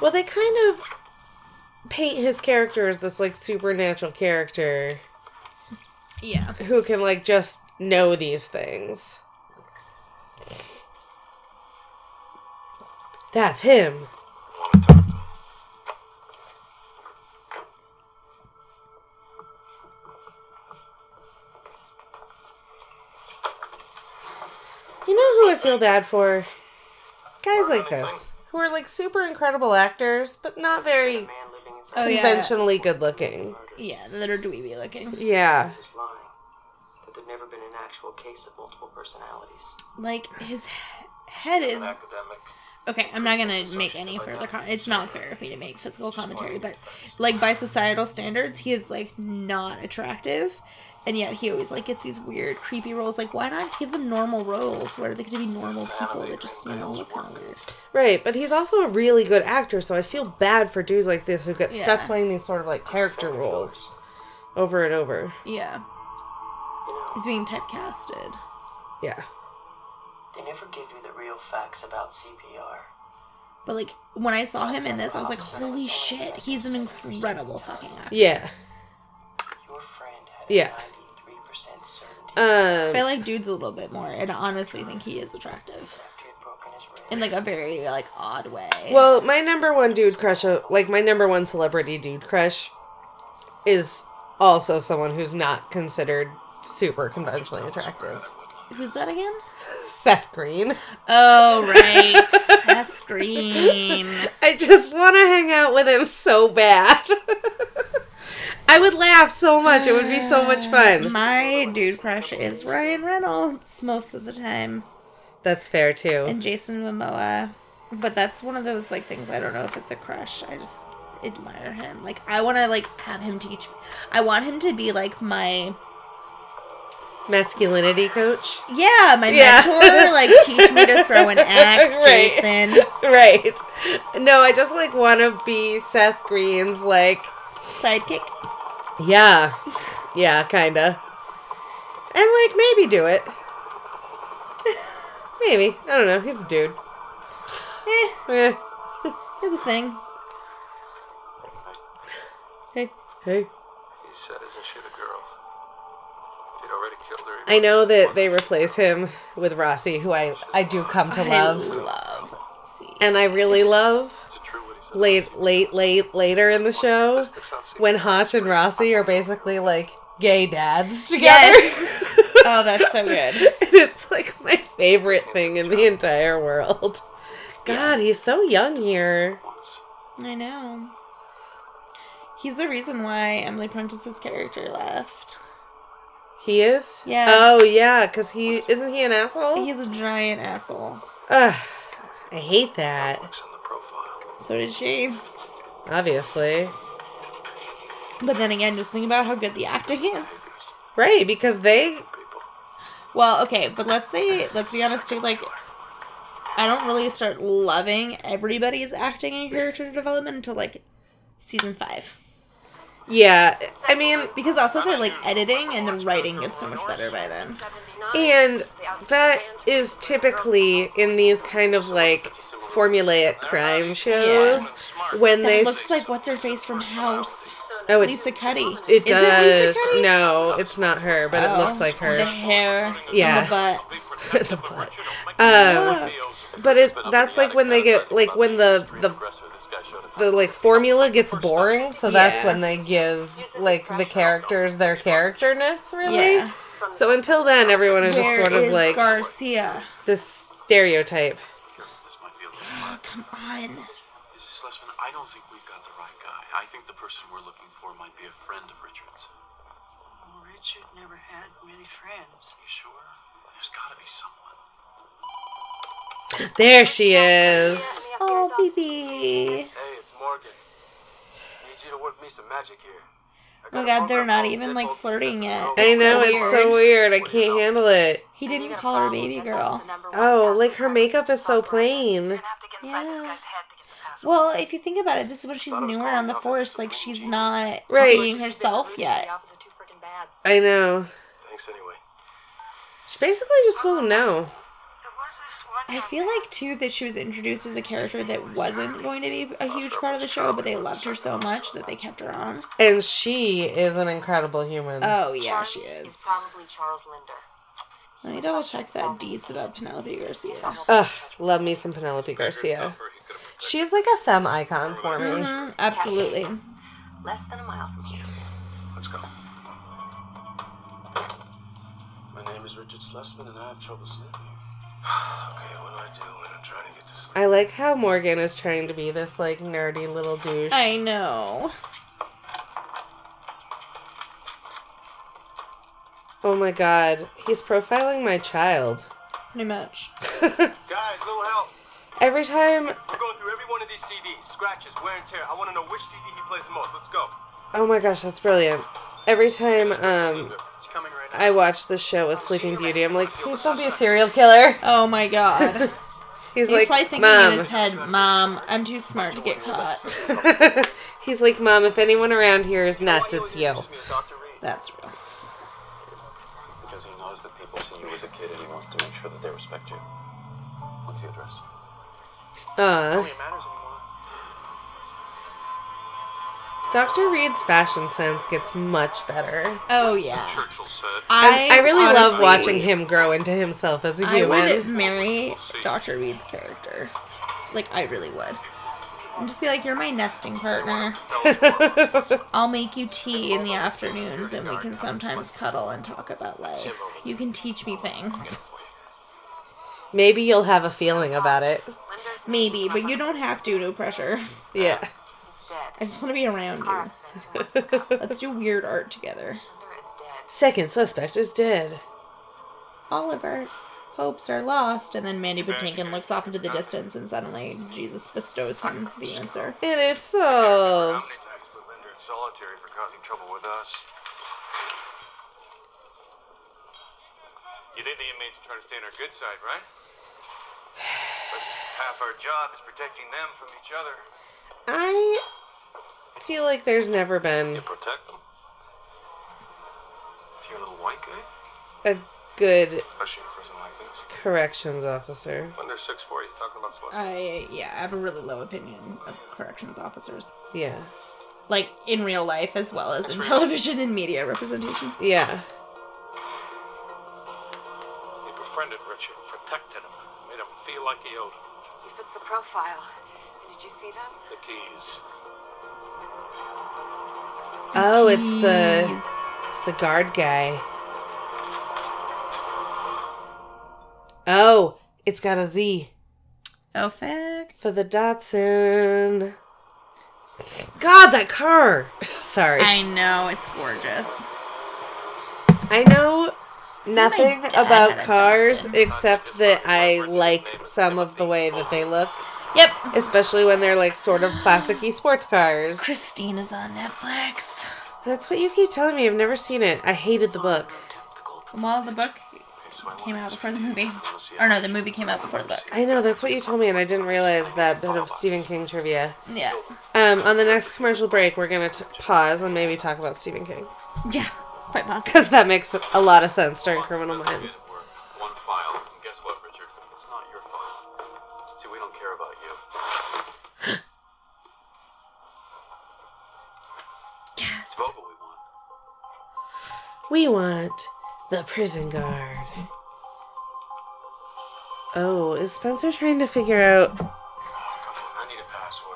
[SPEAKER 1] Well, they kind of paint his character as this like supernatural character
[SPEAKER 2] Yeah.
[SPEAKER 1] who can like just know these things. That's him.
[SPEAKER 4] Want to talk?
[SPEAKER 1] You know who I feel bad for? Guys like this, who are like super incredible actors, but not very
[SPEAKER 5] Man living inside
[SPEAKER 2] Oh,
[SPEAKER 1] conventionally good looking.
[SPEAKER 2] yeah. Yeah, that are dweeby looking.
[SPEAKER 1] Yeah.
[SPEAKER 5] is lying. That there've never been an actual case of multiple personalities.
[SPEAKER 2] Like, his he- head is.
[SPEAKER 4] Academic.
[SPEAKER 2] Okay, I'm not gonna make any further com- It's not fair of me to make physical commentary, but like by societal standards, he is like not attractive, and yet he always like gets these weird, creepy roles. Like, why not give them normal roles where they could be normal people that just you know look kind of weird?
[SPEAKER 1] Right, but he's also a really good actor, so I feel bad for dudes like this who get stuck
[SPEAKER 2] Yeah.
[SPEAKER 1] playing these sort of like character roles over and over.
[SPEAKER 2] Yeah, he's being typecasted.
[SPEAKER 1] Yeah.
[SPEAKER 5] They never give you the real facts about CPR.
[SPEAKER 2] But like when I saw him in this, I was like, holy shit, he's an incredible fucking actor.
[SPEAKER 1] Yeah.
[SPEAKER 5] Your friend had
[SPEAKER 1] Yeah.
[SPEAKER 5] 93% certainty
[SPEAKER 2] I
[SPEAKER 1] Um
[SPEAKER 2] feel like dudes a little bit more, and I honestly think he is attractive
[SPEAKER 5] after he'd broken his wrist.
[SPEAKER 2] in like a very like odd way.
[SPEAKER 1] well, my number one dude crush, uh, like my number one celebrity dude crush is also someone who's not considered super conventionally attractive.
[SPEAKER 2] Who's that again?
[SPEAKER 1] Seth Green.
[SPEAKER 2] Oh right, Seth Green.
[SPEAKER 1] I just want to hang out with him so bad. I would laugh so much. It would be so much fun.
[SPEAKER 2] My dude crush is Ryan Reynolds most of the time,
[SPEAKER 1] That's fair too.
[SPEAKER 2] and Jason Momoa. But that's one of those like things. I don't know if it's a crush. I just admire him. Like I want to like have him teach. I want him to be like my
[SPEAKER 1] masculinity coach.
[SPEAKER 2] Yeah, my
[SPEAKER 1] Yeah.
[SPEAKER 2] mentor like teach me to throw an axe,
[SPEAKER 1] Right.
[SPEAKER 2] Jason.
[SPEAKER 1] Right. No, I just like want to be Seth Green's like
[SPEAKER 2] Sidekick.
[SPEAKER 1] yeah. Yeah, kind of. And like maybe do it. maybe. I don't know. He's a dude.
[SPEAKER 2] Eh,
[SPEAKER 1] Eh.
[SPEAKER 2] here's a thing.
[SPEAKER 1] Hey. Hey.
[SPEAKER 6] He said, Isn't she the girl? He'd already killed her.
[SPEAKER 1] I know that they replace him with Rossi, who I, I do come to love.
[SPEAKER 2] Love. See.
[SPEAKER 1] and I really love
[SPEAKER 6] Is it true what he said?
[SPEAKER 1] late, late, late, later in the show when Hotch and Rossi are basically like gay dads together.
[SPEAKER 2] Yes. oh, that's so good.
[SPEAKER 1] and it's like my favorite thing in the entire world. God, he's so young here.
[SPEAKER 2] I know. He's the reason why Emily Prentice's character left.
[SPEAKER 1] He is.
[SPEAKER 2] Yeah.
[SPEAKER 1] Oh yeah, because he isn't he an asshole?
[SPEAKER 2] He's a giant asshole.
[SPEAKER 1] Ugh, I hate that.
[SPEAKER 6] Looks in the profile.
[SPEAKER 2] So did she.
[SPEAKER 1] Obviously.
[SPEAKER 2] But then again, just think about how good the acting is.
[SPEAKER 1] Right, because they
[SPEAKER 6] People.
[SPEAKER 2] Well, okay, but let's say, let's be honest too, like, I don't really start loving everybody's acting and character development until, like, season five.
[SPEAKER 1] Yeah. I mean
[SPEAKER 2] Because also the, like, editing and the writing gets so much better by then.
[SPEAKER 1] And that is typically in these kind of like formulaic crime shows when
[SPEAKER 2] That
[SPEAKER 1] they
[SPEAKER 2] looks like What's Her Face from House.
[SPEAKER 1] oh it,
[SPEAKER 2] Lisa Cuddy. Is it
[SPEAKER 1] it
[SPEAKER 2] Lisa Oh,
[SPEAKER 1] does
[SPEAKER 2] Cuddy?
[SPEAKER 1] no it's not her but it looks like
[SPEAKER 2] The
[SPEAKER 1] her
[SPEAKER 2] hair.
[SPEAKER 1] Yeah.
[SPEAKER 2] And the butt.
[SPEAKER 1] The butt. um, but it that's like when they get like when the the the like formula gets boring so that's
[SPEAKER 2] Yeah.
[SPEAKER 1] when they give like the characters their characterness really
[SPEAKER 2] Yeah.
[SPEAKER 1] so until then everyone is just
[SPEAKER 2] Where
[SPEAKER 1] sort of
[SPEAKER 2] is
[SPEAKER 1] like
[SPEAKER 2] Garcia.
[SPEAKER 1] this stereotype
[SPEAKER 4] This might be a little.
[SPEAKER 2] Oh, come on.
[SPEAKER 4] Mrs. Schlesman, I don't think we've got the right guy. I think the person we're looking for might be a friend of Richard's.
[SPEAKER 7] Well, Richard never had many friends.
[SPEAKER 4] You sure? There's got to be someone.
[SPEAKER 1] there she is
[SPEAKER 2] Oh, BB.
[SPEAKER 4] Hey, it's Morgan. Need you to work me some magic here.
[SPEAKER 2] Oh my god, they're not even like flirting yet.
[SPEAKER 1] I
[SPEAKER 2] It's
[SPEAKER 1] know,
[SPEAKER 2] so
[SPEAKER 1] it's so weird. I can't handle it.
[SPEAKER 2] He didn't call her baby girl.
[SPEAKER 1] Oh, like her makeup is so plain.
[SPEAKER 2] Yeah. Well, if you think about it, this is when she's newer on the force. Like she's not
[SPEAKER 1] Right.
[SPEAKER 2] being herself yet.
[SPEAKER 1] I know.
[SPEAKER 6] Thanks anyway.
[SPEAKER 1] She basically just told him no.
[SPEAKER 2] I feel like too that she was introduced as a character that wasn't going to be a huge part of the show, but they loved her so much that they kept her on.
[SPEAKER 1] And she is an incredible human.
[SPEAKER 2] Oh yeah, she is.
[SPEAKER 3] Probably Charles Linder.
[SPEAKER 2] Let me double check that deeds about Penelope Garcia.
[SPEAKER 1] Ugh, love me some Penelope Garcia. She's like a femme icon for me.
[SPEAKER 2] Mhm, absolutely.
[SPEAKER 3] Less than a mile from here.
[SPEAKER 6] Let's go.
[SPEAKER 4] My name is Richard Schlesman, and I have trouble sleeping.
[SPEAKER 6] Okay, what do I do when I'm trying to get to sleep?
[SPEAKER 1] I like how Morgan is trying to be this like nerdy little douche.
[SPEAKER 2] I know.
[SPEAKER 1] Oh my god, he's profiling my child.
[SPEAKER 2] Pretty much.
[SPEAKER 4] Guys, little help.
[SPEAKER 1] Every time,
[SPEAKER 4] We're going through every one of these CDs. Scratches, wear and tear. I want to know which CD he plays the most. Let's go.
[SPEAKER 1] oh my gosh, that's brilliant. Every time um
[SPEAKER 4] It's coming right now.
[SPEAKER 1] I watch the show with Sleeping Beauty, I'm like, please don't be a serial killer.
[SPEAKER 2] Oh my god.
[SPEAKER 1] He's,
[SPEAKER 2] He's
[SPEAKER 1] like,
[SPEAKER 2] probably thinking
[SPEAKER 1] Mom.
[SPEAKER 2] in his head, Mom, I'm too smart to get caught.
[SPEAKER 1] He's like, Mom, if anyone around here is nuts, it's you.
[SPEAKER 4] Me and Dr. Reed.
[SPEAKER 2] That's real.
[SPEAKER 6] Because he knows that people see you as a kid and he wants to make sure that they respect you. What's the address?
[SPEAKER 1] Uh,
[SPEAKER 4] It matters anymore.
[SPEAKER 1] Dr. Reed's fashion sense gets much better.
[SPEAKER 2] Oh yeah.
[SPEAKER 6] Churchill said,
[SPEAKER 1] I, I really love
[SPEAKER 2] honestly-
[SPEAKER 1] watching him grow into himself as a
[SPEAKER 2] I would
[SPEAKER 1] human.
[SPEAKER 2] marry Dr. Reed's character. Like I really would. And just be like, you're my nesting partner. I'll make you tea in the afternoons and we can sometimes cuddle and talk about life. You can teach me things.
[SPEAKER 1] Maybe you'll have a feeling about it.
[SPEAKER 3] Linder's
[SPEAKER 2] Maybe, but you don't have to, no pressure.
[SPEAKER 1] Yeah.
[SPEAKER 3] is dead.
[SPEAKER 2] I just want to be around you.
[SPEAKER 3] Accident two months ago.
[SPEAKER 2] Let's do weird art together.
[SPEAKER 3] Linder is dead.
[SPEAKER 1] Second suspect is dead.
[SPEAKER 2] all of our hopes are lost. And then Mandy Patinkin looks off into the distance, and suddenly Jesus bestows him the answer.
[SPEAKER 1] And it's solved.
[SPEAKER 6] Thanks, but Linder in solitary for causing trouble with us.
[SPEAKER 4] You think the inmates are trying to stay on our good side, right? But half our job is protecting them from each other.
[SPEAKER 1] I feel like there's never been
[SPEAKER 8] You protect them.
[SPEAKER 4] If you're a little white guy,
[SPEAKER 1] a good
[SPEAKER 4] especially in a prison like this.
[SPEAKER 1] corrections officer.
[SPEAKER 8] When they're six four, you're talking about sluts.
[SPEAKER 2] I yeah, I have a really low opinion of corrections officers,
[SPEAKER 1] Yeah.
[SPEAKER 2] like in real life as well as in television and media representation.
[SPEAKER 1] Yeah.
[SPEAKER 8] You befriended Richard, protected him, made him feel like he owed him.
[SPEAKER 3] He fits the profile. Did you see them?
[SPEAKER 8] The keys.
[SPEAKER 1] Oh, it's the
[SPEAKER 2] Jeez.
[SPEAKER 1] it's the guard guy. Oh, it's got a Z
[SPEAKER 2] oh fuck.
[SPEAKER 1] for the Datsun. God, that car. Sorry.
[SPEAKER 2] I know it's gorgeous.
[SPEAKER 1] I know nothing
[SPEAKER 2] dad
[SPEAKER 1] about
[SPEAKER 2] had a
[SPEAKER 1] cars
[SPEAKER 2] Datsun.
[SPEAKER 1] except that I like some of the way that they look,
[SPEAKER 2] Yep.
[SPEAKER 1] especially when they're like sort of classic-y sports cars.
[SPEAKER 2] Christine is on Netflix.
[SPEAKER 1] That's what you keep telling me. I've never seen it. I hated the book.
[SPEAKER 2] Well, the book came out before the movie, or no, the movie came out before the book.
[SPEAKER 1] I know that's what you told me, and I didn't realize that bit of Stephen King trivia.
[SPEAKER 2] Yeah.
[SPEAKER 1] Um, on the next commercial break, we're gonna t- pause and maybe talk about Stephen King
[SPEAKER 2] Yeah. Quite possible.
[SPEAKER 1] because that makes a lot of sense during Criminal Minds.
[SPEAKER 4] One file, and guess what, Richard? It's not your file. See, we don't care about you.
[SPEAKER 2] Yes.
[SPEAKER 4] Vote what
[SPEAKER 1] We
[SPEAKER 4] we want.
[SPEAKER 1] want the prison guard. Oh, is Spencer trying to figure out?
[SPEAKER 4] I need a password.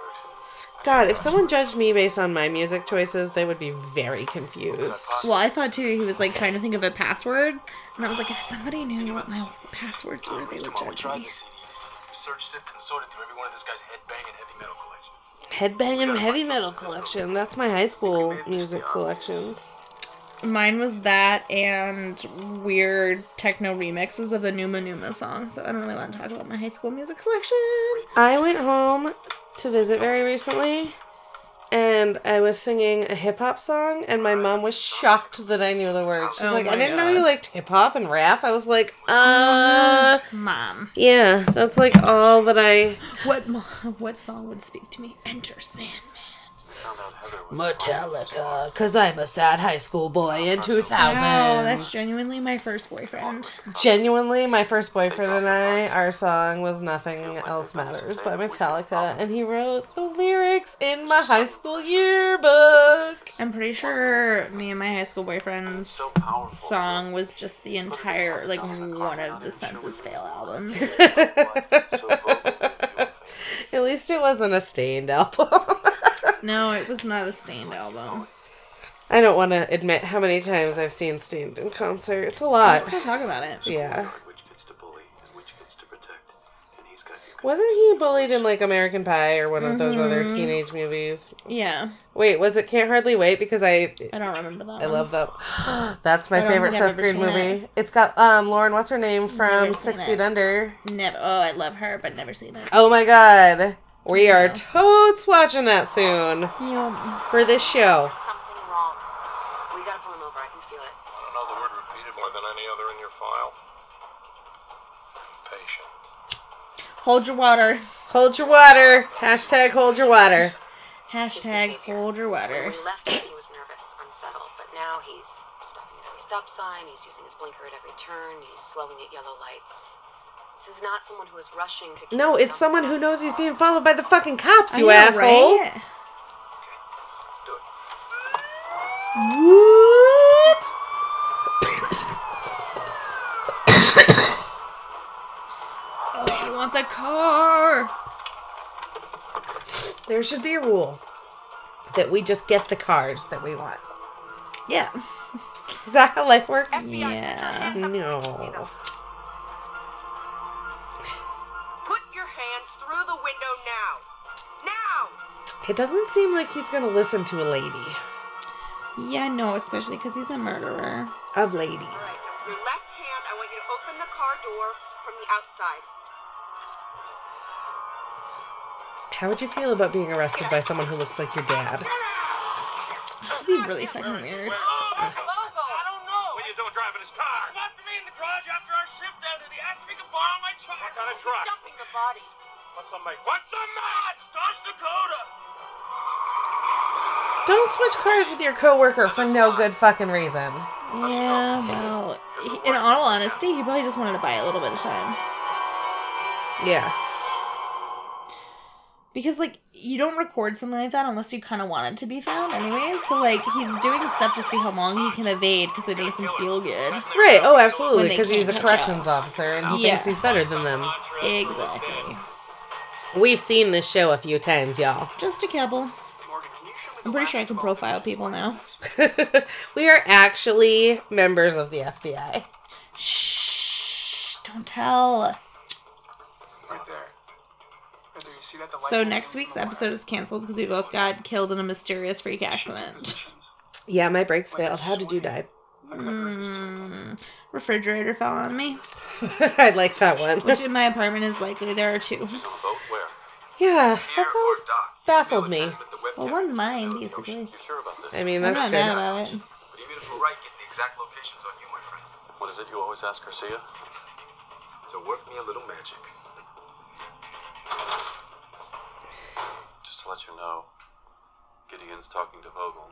[SPEAKER 1] God, if someone judged me based on my music choices, they would be very confused.
[SPEAKER 2] Well, I thought too he was like trying to think of a password, and I was like, if somebody knew what my passwords were, they would
[SPEAKER 4] Come on, we
[SPEAKER 2] judge
[SPEAKER 4] tried
[SPEAKER 2] me.
[SPEAKER 4] the CDs. We searched, sifted, and sorted through every one of this guy's headbanging heavy metal collection.
[SPEAKER 1] Headbangin' Heavy Metal Collection. That's my high school music selections.
[SPEAKER 2] Mine was that and weird techno remixes of the Numa Numa song. So I don't really want to talk about my high school music selection.
[SPEAKER 1] I went home to visit very recently and I was singing a hip hop song and my mom was shocked that I knew the words. She's
[SPEAKER 2] Oh
[SPEAKER 1] like, I
[SPEAKER 2] my
[SPEAKER 1] didn't know
[SPEAKER 2] God.
[SPEAKER 1] you liked hip hop and rap. I was like, uh
[SPEAKER 2] Mom,
[SPEAKER 1] yeah, that's like all that I
[SPEAKER 2] what mo- what song would speak to me? Enter Sandman.
[SPEAKER 1] Metallica, cause I'm a sad high school boy in two thousand.
[SPEAKER 2] Wow, Oh, that's genuinely my first boyfriend.
[SPEAKER 1] Genuinely, my first boyfriend and I, our song was Nothing Else Matters by Metallica, and he wrote the lyrics in my high school yearbook.
[SPEAKER 2] I'm pretty sure me and my high school boyfriend's song was just the entire like one of the Senses Fail albums.
[SPEAKER 1] At least it wasn't a stained album.
[SPEAKER 2] no, it was not a stained album.
[SPEAKER 1] I don't want to admit how many times I've seen stained in concert. It's a lot.
[SPEAKER 2] Let's not talk about it.
[SPEAKER 1] Yeah.
[SPEAKER 4] Which gets to bully and which gets to protect. And he's got you.
[SPEAKER 1] Wasn't he bullied in like American Pie or one of those other
[SPEAKER 2] Mm-hmm.
[SPEAKER 1] teenage movies?
[SPEAKER 2] Yeah,
[SPEAKER 1] Wait, was it Can't Hardly Wait? Because I
[SPEAKER 2] I don't remember that.
[SPEAKER 1] I
[SPEAKER 2] one.
[SPEAKER 1] love that. That's my
[SPEAKER 2] Oh. don't
[SPEAKER 1] favorite
[SPEAKER 2] think I've
[SPEAKER 1] Seth
[SPEAKER 2] ever
[SPEAKER 1] Green
[SPEAKER 2] seen
[SPEAKER 1] movie. It. has got um Lauren, what's her name from
[SPEAKER 2] Never seen
[SPEAKER 1] Six
[SPEAKER 2] it.
[SPEAKER 1] Feet Under.
[SPEAKER 2] Never. Oh, I love her, but never seen it.
[SPEAKER 1] Oh my god, we are totes watching that soon for this show.
[SPEAKER 3] Something wrong. We gotta pull him over. I can feel it.
[SPEAKER 8] I don't know the word repeated more than any other in your file. Patient.
[SPEAKER 2] Hold your water.
[SPEAKER 1] Hold your water. Hashtag hold your water.
[SPEAKER 2] Hashtag hold your water.
[SPEAKER 3] When we left him, he was nervous, unsettled, but now he's stopping at every stop sign, he's using his blinker at every turn, he's slowing at yellow lights. This is not someone who is rushing to.
[SPEAKER 1] No, it's someone who knows he's being followed by the fucking cops.
[SPEAKER 2] I
[SPEAKER 1] You
[SPEAKER 2] know,
[SPEAKER 1] asshole.
[SPEAKER 2] right? Oh, I want the car.
[SPEAKER 1] There should be a rule that we just get the cars that we want.
[SPEAKER 2] Yeah.
[SPEAKER 1] Is that how life works?
[SPEAKER 2] Yeah.
[SPEAKER 1] No.
[SPEAKER 9] Put your hands through the window now. Now!
[SPEAKER 1] It doesn't seem like he's gonna listen to a lady
[SPEAKER 2] Yeah, no, especially because he's a murderer.
[SPEAKER 1] of ladies.
[SPEAKER 9] Your left hand, I want you to open the car door from the outside.
[SPEAKER 1] How would you feel about being arrested by someone who looks like your dad?
[SPEAKER 2] That'd be really fucking weird.
[SPEAKER 9] Bogle!
[SPEAKER 8] What are you doing driving his car?
[SPEAKER 9] Left Oh, me in the garage after I
[SPEAKER 3] body.
[SPEAKER 4] What's the make? What's the match? Dodge Dakota!
[SPEAKER 1] Don't switch cars with your coworker for no good fucking reason.
[SPEAKER 2] Yeah, well, he- in all honesty, he probably just wanted to buy a little bit of time.
[SPEAKER 1] Yeah.
[SPEAKER 2] Because, like, you don't record something like that unless you kind of want it to be found, anyways. So, like, he's doing stuff to see how long he can evade because it makes him feel good.
[SPEAKER 1] Right. Oh,
[SPEAKER 2] When
[SPEAKER 1] absolutely.
[SPEAKER 2] they
[SPEAKER 1] Because he's a
[SPEAKER 2] can't catch
[SPEAKER 1] corrections officer and he
[SPEAKER 2] Yeah.
[SPEAKER 1] thinks he's better than them.
[SPEAKER 2] Exactly.
[SPEAKER 1] We've seen this show a few times, y'all.
[SPEAKER 2] Just a couple. I'm pretty sure I can profile people now.
[SPEAKER 1] we are actually members of the FBI.
[SPEAKER 2] Shh, don't tell.
[SPEAKER 10] Right there. Right there, you see that? The light
[SPEAKER 2] So
[SPEAKER 10] bulb
[SPEAKER 2] next
[SPEAKER 10] came
[SPEAKER 2] week's
[SPEAKER 10] from the
[SPEAKER 2] episode is canceled because we both got killed in a mysterious freak accident.
[SPEAKER 1] Yeah, my brakes failed. How did you die?
[SPEAKER 2] Mm, refrigerator fell on me,
[SPEAKER 1] I like that one.
[SPEAKER 2] which in my apartment is likely there are two.
[SPEAKER 11] Boat where?
[SPEAKER 1] Yeah, that's always
[SPEAKER 11] Or dock?
[SPEAKER 1] baffled me.
[SPEAKER 11] With the webcam.
[SPEAKER 2] Well, one's mine, basically.
[SPEAKER 11] You sure about this?
[SPEAKER 1] I mean,
[SPEAKER 2] I'm
[SPEAKER 1] that's
[SPEAKER 2] not
[SPEAKER 1] good.
[SPEAKER 2] mad about it.
[SPEAKER 11] But even if we're right, get the exact locations on you, my friend. What is it you always ask Garcia? To work me a little magic. Just to let you know, Gideon's talking to Vogel.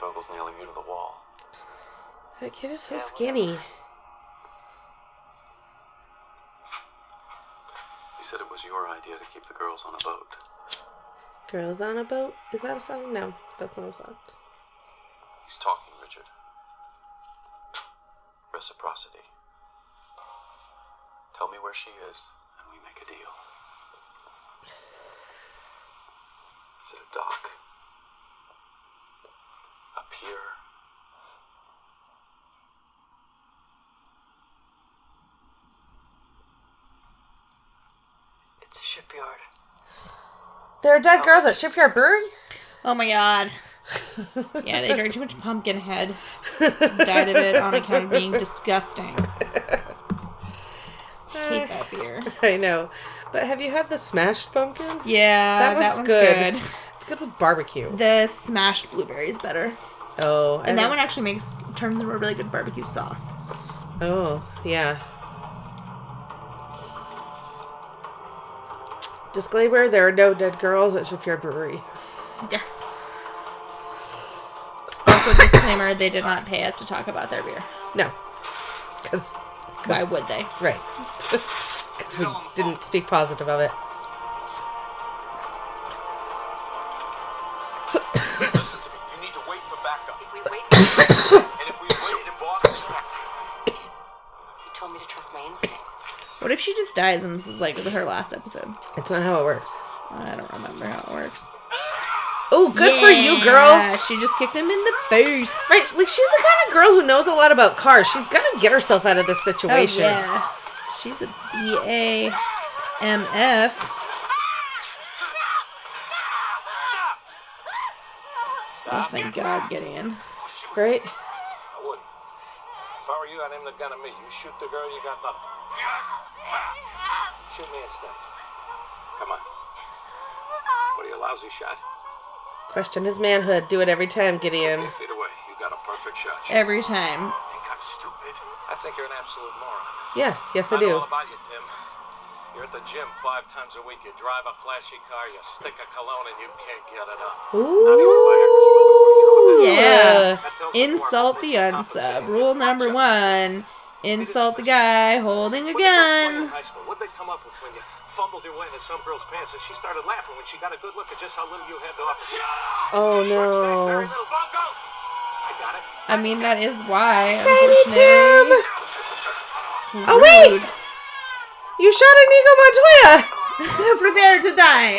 [SPEAKER 11] Vogel's nailing you to the wall.
[SPEAKER 1] That kid is so skinny.
[SPEAKER 11] He said it was your idea to keep the girls on a boat.
[SPEAKER 1] Girls on a boat? Is that a song? No, that's not a song.
[SPEAKER 11] He's talking, Richard. Reciprocity. Tell me where she is, and we make a deal. Is it a dock? A pier?
[SPEAKER 3] It's a shipyard.
[SPEAKER 1] There are dead girls at Shipyard Brewery?
[SPEAKER 2] Oh my god. Yeah, they drank too much pumpkin head. Died of it on account of being disgusting. Hate that beer.
[SPEAKER 1] Uh, I know. But have you had the smashed pumpkin?
[SPEAKER 2] Yeah, that one's, good.
[SPEAKER 1] It's good with barbecue.
[SPEAKER 2] The smashed blueberries better,
[SPEAKER 1] Oh,
[SPEAKER 2] and that one actually makes turns into a really good barbecue sauce.
[SPEAKER 1] Oh, yeah. Disclaimer: There are no dead girls at Shipyard Brewery.
[SPEAKER 2] Yes. Also, disclaimer: they did not pay us to talk about their beer.
[SPEAKER 1] No, because
[SPEAKER 2] Why would they?
[SPEAKER 1] right, because we didn't speak positive of it.
[SPEAKER 11] Listen to me. You need to wait for backup.
[SPEAKER 3] If we wait for him,
[SPEAKER 11] And if we wait in Boston,
[SPEAKER 3] he told me to trust my instincts.
[SPEAKER 2] What if she just dies and this is like her last episode?
[SPEAKER 1] It's not how it works.
[SPEAKER 2] I don't remember how it works.
[SPEAKER 1] Oh, good for you, girl.
[SPEAKER 2] Yeah, She just kicked him in the face.
[SPEAKER 1] Right, like she's the kind of girl who knows a lot about cars. She's gonna get herself out of this
[SPEAKER 2] Oh,
[SPEAKER 1] situation.
[SPEAKER 2] yeah. She's a B A M F. Oh, thank God, Gideon.
[SPEAKER 1] Right?
[SPEAKER 4] I wouldn't. If I were you, I'd aim the gun at me. You shoot the girl, you got nothing. Shoot me instead. Come on. What are you, a lousy shot?
[SPEAKER 1] Question his manhood. Do it every time, Gideon.
[SPEAKER 4] Feet away. You got a perfect shot. You
[SPEAKER 2] Every time.
[SPEAKER 4] think I'm stupid? I think you're an absolute moron.
[SPEAKER 1] Yes, yes, I
[SPEAKER 4] know
[SPEAKER 1] do.
[SPEAKER 4] all about you, Tim. You're at the gym five times a week. You drive a flashy car, you stick a cologne, and you can't get it up.
[SPEAKER 1] Ooh,
[SPEAKER 2] Yeah.
[SPEAKER 4] That tells the
[SPEAKER 2] Insult the
[SPEAKER 4] corporal that you're
[SPEAKER 2] unsub.
[SPEAKER 4] compensated.
[SPEAKER 2] Rule number one insult the guy holding a
[SPEAKER 4] What did you look like in
[SPEAKER 2] gun.
[SPEAKER 4] high school? What'd they come up with when you fumbled your way into some girl's pants and she started laughing when she got a good look at just how little you had to offer?
[SPEAKER 1] Oh
[SPEAKER 4] Very
[SPEAKER 1] no.
[SPEAKER 4] little. Bongo! I got it.
[SPEAKER 2] I mean, that is why.
[SPEAKER 1] Tiny
[SPEAKER 2] unfortunately,
[SPEAKER 1] Tim! Oh wait! You shot Inigo Montoya!
[SPEAKER 2] Prepare to die.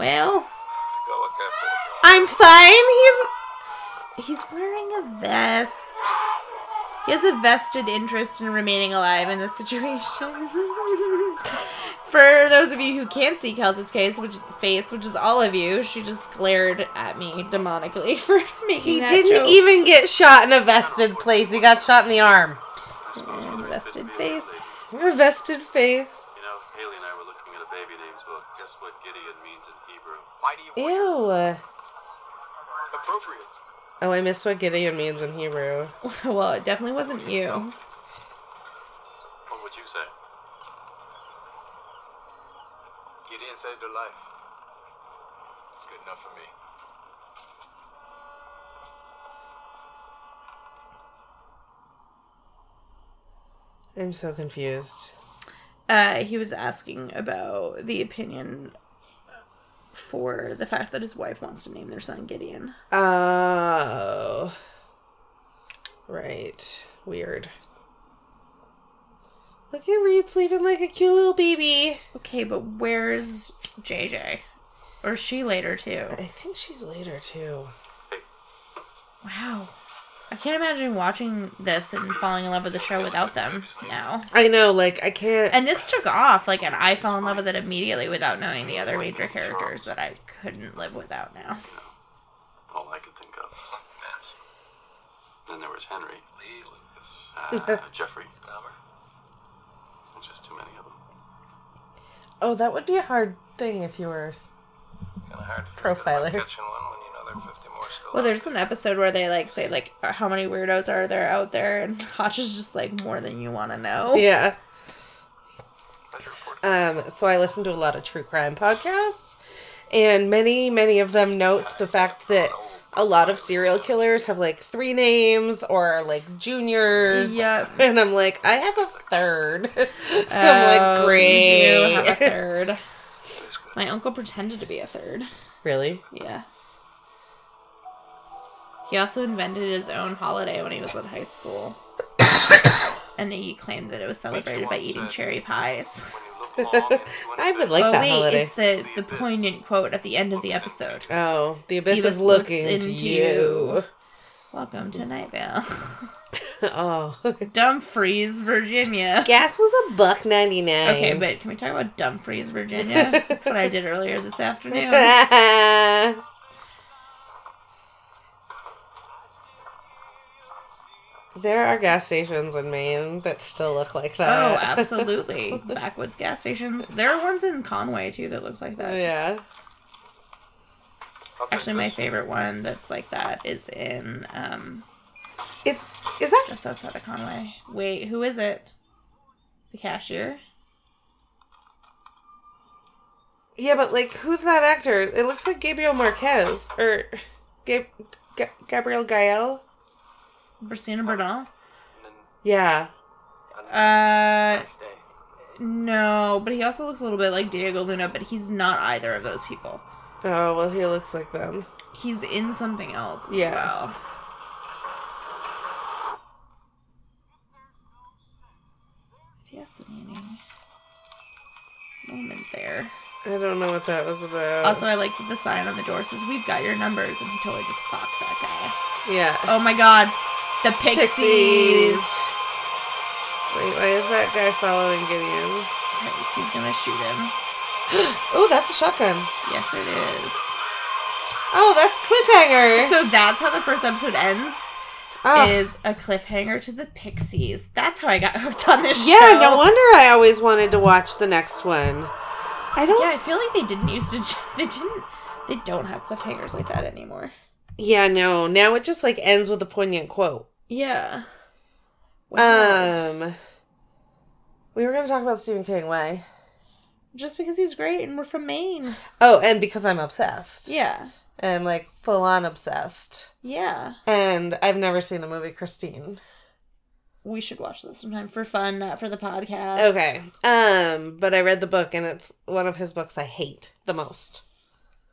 [SPEAKER 2] well,
[SPEAKER 4] Go look after the girl.
[SPEAKER 1] I'm fine. He's
[SPEAKER 2] he's wearing a vest. He has a vested interest in remaining alive in this situation. For those of you who can't see Kelsey's case, which face, which is all of you, she just glared at me demonically for making
[SPEAKER 1] he
[SPEAKER 2] that
[SPEAKER 1] didn't
[SPEAKER 2] joke.
[SPEAKER 1] even get shot in a vested place. He got shot in the arm.
[SPEAKER 2] And vested face.
[SPEAKER 1] A vested face.
[SPEAKER 11] you know, Haley and I were looking at a baby names book. Guess what Gideon means in Hebrew?
[SPEAKER 10] Why do you
[SPEAKER 1] Ew. Oh,
[SPEAKER 10] appropriate?
[SPEAKER 1] I miss what Gideon means in Hebrew.
[SPEAKER 2] well, it definitely wasn't you.
[SPEAKER 11] What would you say?
[SPEAKER 4] Gideon saved her life. That's good enough for me.
[SPEAKER 1] I'm so confused.
[SPEAKER 2] Uh, he was asking about the opinion for the fact that his wife wants to name their son Gideon.
[SPEAKER 1] Oh. Right. Weird. Look at Reed sleeping like a cute little baby.
[SPEAKER 2] Okay, but where's JJ? Or is she later too?
[SPEAKER 1] I think she's later too.
[SPEAKER 2] Wow. I can't imagine watching this and falling in love with the show without them now.
[SPEAKER 1] I know, like I can't
[SPEAKER 2] And this took off, like, and I fell in love with it immediately without knowing the other major characters that I couldn't live without now.
[SPEAKER 4] All I could think of. Then there was Henry. Lee Lucas. Uh, Jeffrey. Dahmer. Just too many of them.
[SPEAKER 1] Oh, that would be a hard thing if you were s-
[SPEAKER 12] Kind of hard to figure
[SPEAKER 1] profiler.
[SPEAKER 12] catching one when you know there are 50 more still.
[SPEAKER 2] Well, there's an episode where they like say like uh, how many weirdos are there out there, and Hotch is just like more than you want to know.
[SPEAKER 1] Yeah.
[SPEAKER 4] Pleasure report.
[SPEAKER 1] Um, so I listen to a lot of true crime podcasts, and many, many of them note the fact that a lot of serial killers have like three names or are, like juniors.
[SPEAKER 2] Yep.
[SPEAKER 1] And I'm like, I have a third.
[SPEAKER 2] Oh,
[SPEAKER 1] I'm like,
[SPEAKER 2] you
[SPEAKER 1] great.
[SPEAKER 2] do have a third. My uncle pretended to be a third.
[SPEAKER 1] Really?
[SPEAKER 2] Yeah. He also invented his own holiday when he was in high school. and he claimed that it was celebrated by eating cherry pies.
[SPEAKER 4] When you look long and you
[SPEAKER 1] I would like
[SPEAKER 2] oh
[SPEAKER 1] that
[SPEAKER 2] wait,
[SPEAKER 1] holiday.
[SPEAKER 2] it's the the poignant quote at the end of the episode.
[SPEAKER 1] Oh, the abyss
[SPEAKER 2] He
[SPEAKER 1] is
[SPEAKER 2] looks
[SPEAKER 1] looking
[SPEAKER 2] into
[SPEAKER 1] to you.
[SPEAKER 2] Welcome to Night Vale.
[SPEAKER 1] oh,
[SPEAKER 2] Dumfries, Virginia.
[SPEAKER 1] gas was a buck ninety nine.
[SPEAKER 2] Okay, but can we talk about Dumfries, Virginia? That's what I did earlier this afternoon.
[SPEAKER 1] there are gas stations in Maine that still look like
[SPEAKER 2] Oh,
[SPEAKER 1] that.
[SPEAKER 2] absolutely. Backwoods gas stations. There are ones in Conway too that look like that.
[SPEAKER 1] yeah.
[SPEAKER 2] Actually, my favorite one that's like that is in um,
[SPEAKER 1] It's is that
[SPEAKER 2] just outside of Conway. Wait, who is it? The cashier.
[SPEAKER 1] yeah, but like who's that actor? It looks like Gabriel Marquez or Gab- G- Gabriel Gael.
[SPEAKER 2] Christina Bernal.
[SPEAKER 1] Yeah.
[SPEAKER 2] Uh, no, but he also looks a little bit like Diego Luna, but he's not either of those people.
[SPEAKER 1] Oh well, he looks like them.
[SPEAKER 2] He's in something else as
[SPEAKER 1] Yeah.
[SPEAKER 2] well. Fascinating moment there.
[SPEAKER 1] I don't know what that was about.
[SPEAKER 2] Also, I like that the sign on the door says, We've got your numbers, and he totally just clocked that guy.
[SPEAKER 1] yeah.
[SPEAKER 2] Oh my god, the Pixies!
[SPEAKER 1] Pixies. Wait, why is that guy following Gideon?
[SPEAKER 2] 'Cause he's gonna shoot him.
[SPEAKER 1] Oh, that's a shotgun.
[SPEAKER 2] Yes, it is.
[SPEAKER 1] Oh, that's cliffhanger.
[SPEAKER 2] So that's how the first episode ends.
[SPEAKER 1] oh.
[SPEAKER 2] Is a cliffhanger to the Pixies. That's how I got hooked on this show.
[SPEAKER 1] Yeah, no wonder I always wanted to watch the next one. I don't.
[SPEAKER 2] Yeah, I feel like they didn't used to. They didn't. They don't have cliffhangers like that anymore.
[SPEAKER 1] Yeah, no. Now it just like ends with a poignant quote.
[SPEAKER 2] Yeah.
[SPEAKER 1] Um, we were gonna talk about Stephen King. Why?
[SPEAKER 2] just because he's great and we're from Maine.
[SPEAKER 1] Oh, and because I'm obsessed.
[SPEAKER 2] Yeah.
[SPEAKER 1] and like full on obsessed.
[SPEAKER 2] Yeah.
[SPEAKER 1] And I've never seen the movie Christine.
[SPEAKER 2] We should watch this sometime for fun, not for the podcast.
[SPEAKER 1] Okay. Um, but I read the book, and it's one of his books I hate the most.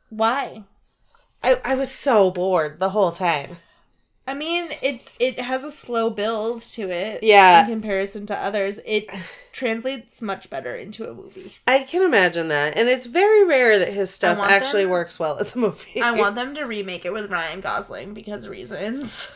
[SPEAKER 2] Why?
[SPEAKER 1] I I was so bored the whole time.
[SPEAKER 2] I mean, it it has a slow build to it.
[SPEAKER 1] Yeah.
[SPEAKER 2] In comparison to others, it translates much better into a movie.
[SPEAKER 1] I can imagine that, and it's very rare that his stuff
[SPEAKER 2] want
[SPEAKER 1] actually
[SPEAKER 2] them.
[SPEAKER 1] works well as a movie.
[SPEAKER 2] I want them to remake it with Ryan Gosling because reasons.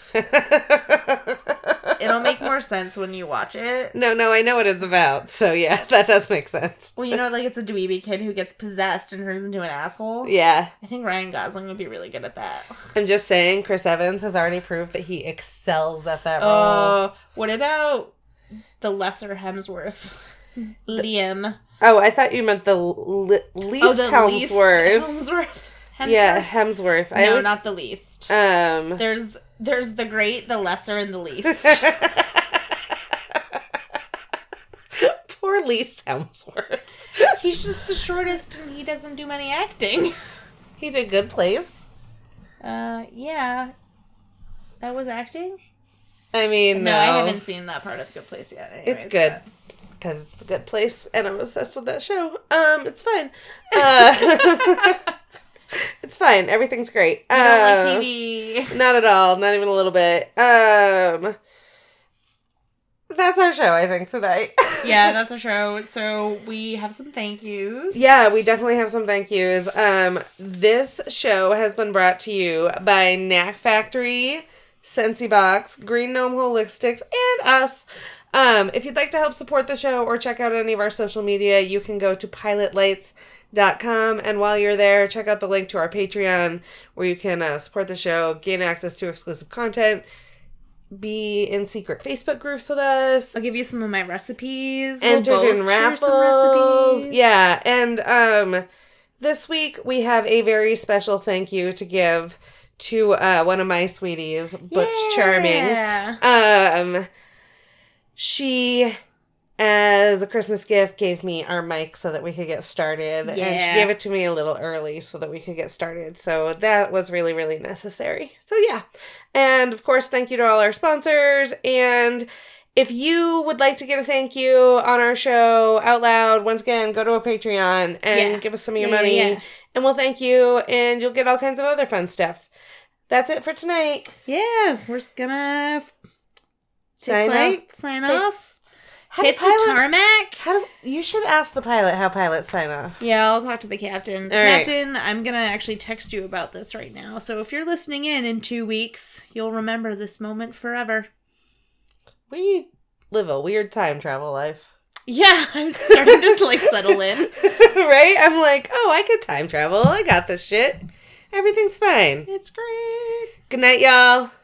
[SPEAKER 2] It'll make more sense when you watch it.
[SPEAKER 1] no, no, I know what it's about. So yeah, that does make sense.
[SPEAKER 2] Well, you know, like it's a dweeby kid who gets possessed and turns into an asshole.
[SPEAKER 1] Yeah,
[SPEAKER 2] I think Ryan Gosling would be really good at that.
[SPEAKER 1] I'm just saying, Chris Evans has already proved that he excels at that role.
[SPEAKER 2] Oh, what about the lesser Hemsworth? Liam.
[SPEAKER 1] oh, I thought you meant the l- l- least
[SPEAKER 2] Oh, the least
[SPEAKER 1] Helmsworth.
[SPEAKER 2] Hemsworth. Hemsworth?
[SPEAKER 1] Yeah, Hemsworth. I
[SPEAKER 2] No,
[SPEAKER 1] always,
[SPEAKER 2] not the least.
[SPEAKER 1] um.
[SPEAKER 2] There's there's the great, the lesser, and the least.
[SPEAKER 1] Poor Mr. Least Hemsworth.
[SPEAKER 2] He's just the shortest and he doesn't do many acting.
[SPEAKER 1] He did good plays.
[SPEAKER 2] Uh, yeah. That was acting?
[SPEAKER 1] I mean,
[SPEAKER 2] No, I haven't seen that part of Good Place yet.
[SPEAKER 1] It's
[SPEAKER 2] anyways,
[SPEAKER 1] good
[SPEAKER 2] but-
[SPEAKER 1] because it's the good place, and I'm obsessed with that show. Um, it's fine. Uh, it's fine. Everything's great.
[SPEAKER 2] I don't
[SPEAKER 1] Um,
[SPEAKER 2] like TV.
[SPEAKER 1] Not at all. Not even a little bit. Um, that's our show. I think tonight.
[SPEAKER 2] Yeah, that's our show. So we have some thank yous.
[SPEAKER 1] Yeah, we definitely have some thank yous. Um, this show has been brought to you by Knack Factory, Sensi Box, Green Gnome Hole Lipsticks, and us. Um, if you'd like to help support the show or check out any of our social media, you can go to pilotlights.com. And while you're there, check out the link to our Patreon where you can uh, support the show, gain access to exclusive content, be in secret Facebook groups with us,
[SPEAKER 2] I'll give you some of my recipes. We'll
[SPEAKER 1] entered
[SPEAKER 2] both
[SPEAKER 1] in
[SPEAKER 2] share
[SPEAKER 1] raffles.
[SPEAKER 2] some recipes.
[SPEAKER 1] Yeah, and um, this week we have a very special thank you to give to uh, one of my sweeties, Butch
[SPEAKER 2] Yeah.
[SPEAKER 1] Charming. Um, she. As a Christmas gift, gave me our mic so that we could get started, and she
[SPEAKER 2] Yeah.
[SPEAKER 1] gave it to me a little early so that we could get started. So that was really, really necessary. So yeah, and of course, thank you to all our sponsors. And if you would like to get a thank you on our show out loud, once again, go to our Patreon and
[SPEAKER 2] Yeah.
[SPEAKER 1] give us some of your
[SPEAKER 2] Yeah,
[SPEAKER 1] money,
[SPEAKER 2] yeah, yeah.
[SPEAKER 1] and we'll thank you, and you'll get all kinds of other fun stuff. That's it for tonight.
[SPEAKER 2] Yeah, we're just gonna f- take
[SPEAKER 1] Sign
[SPEAKER 2] flight,
[SPEAKER 1] off.
[SPEAKER 2] sign
[SPEAKER 1] Take-
[SPEAKER 2] off,
[SPEAKER 1] How
[SPEAKER 2] hit
[SPEAKER 1] do pilot?
[SPEAKER 2] the tarmac.
[SPEAKER 1] how do you should ask the pilot how pilots sign off?
[SPEAKER 2] Yeah, I'll talk to the captain.
[SPEAKER 1] right.
[SPEAKER 2] captain, I'm gonna actually text you about this right now. So if you're listening in in two weeks, you'll remember this moment forever.
[SPEAKER 1] We live a weird time travel life,
[SPEAKER 2] Yeah, I'm starting to like settle in.
[SPEAKER 1] right? I'm like, oh, I could time travel. I got this shit. Everything's fine.
[SPEAKER 2] It's great.
[SPEAKER 1] Good night, y'all.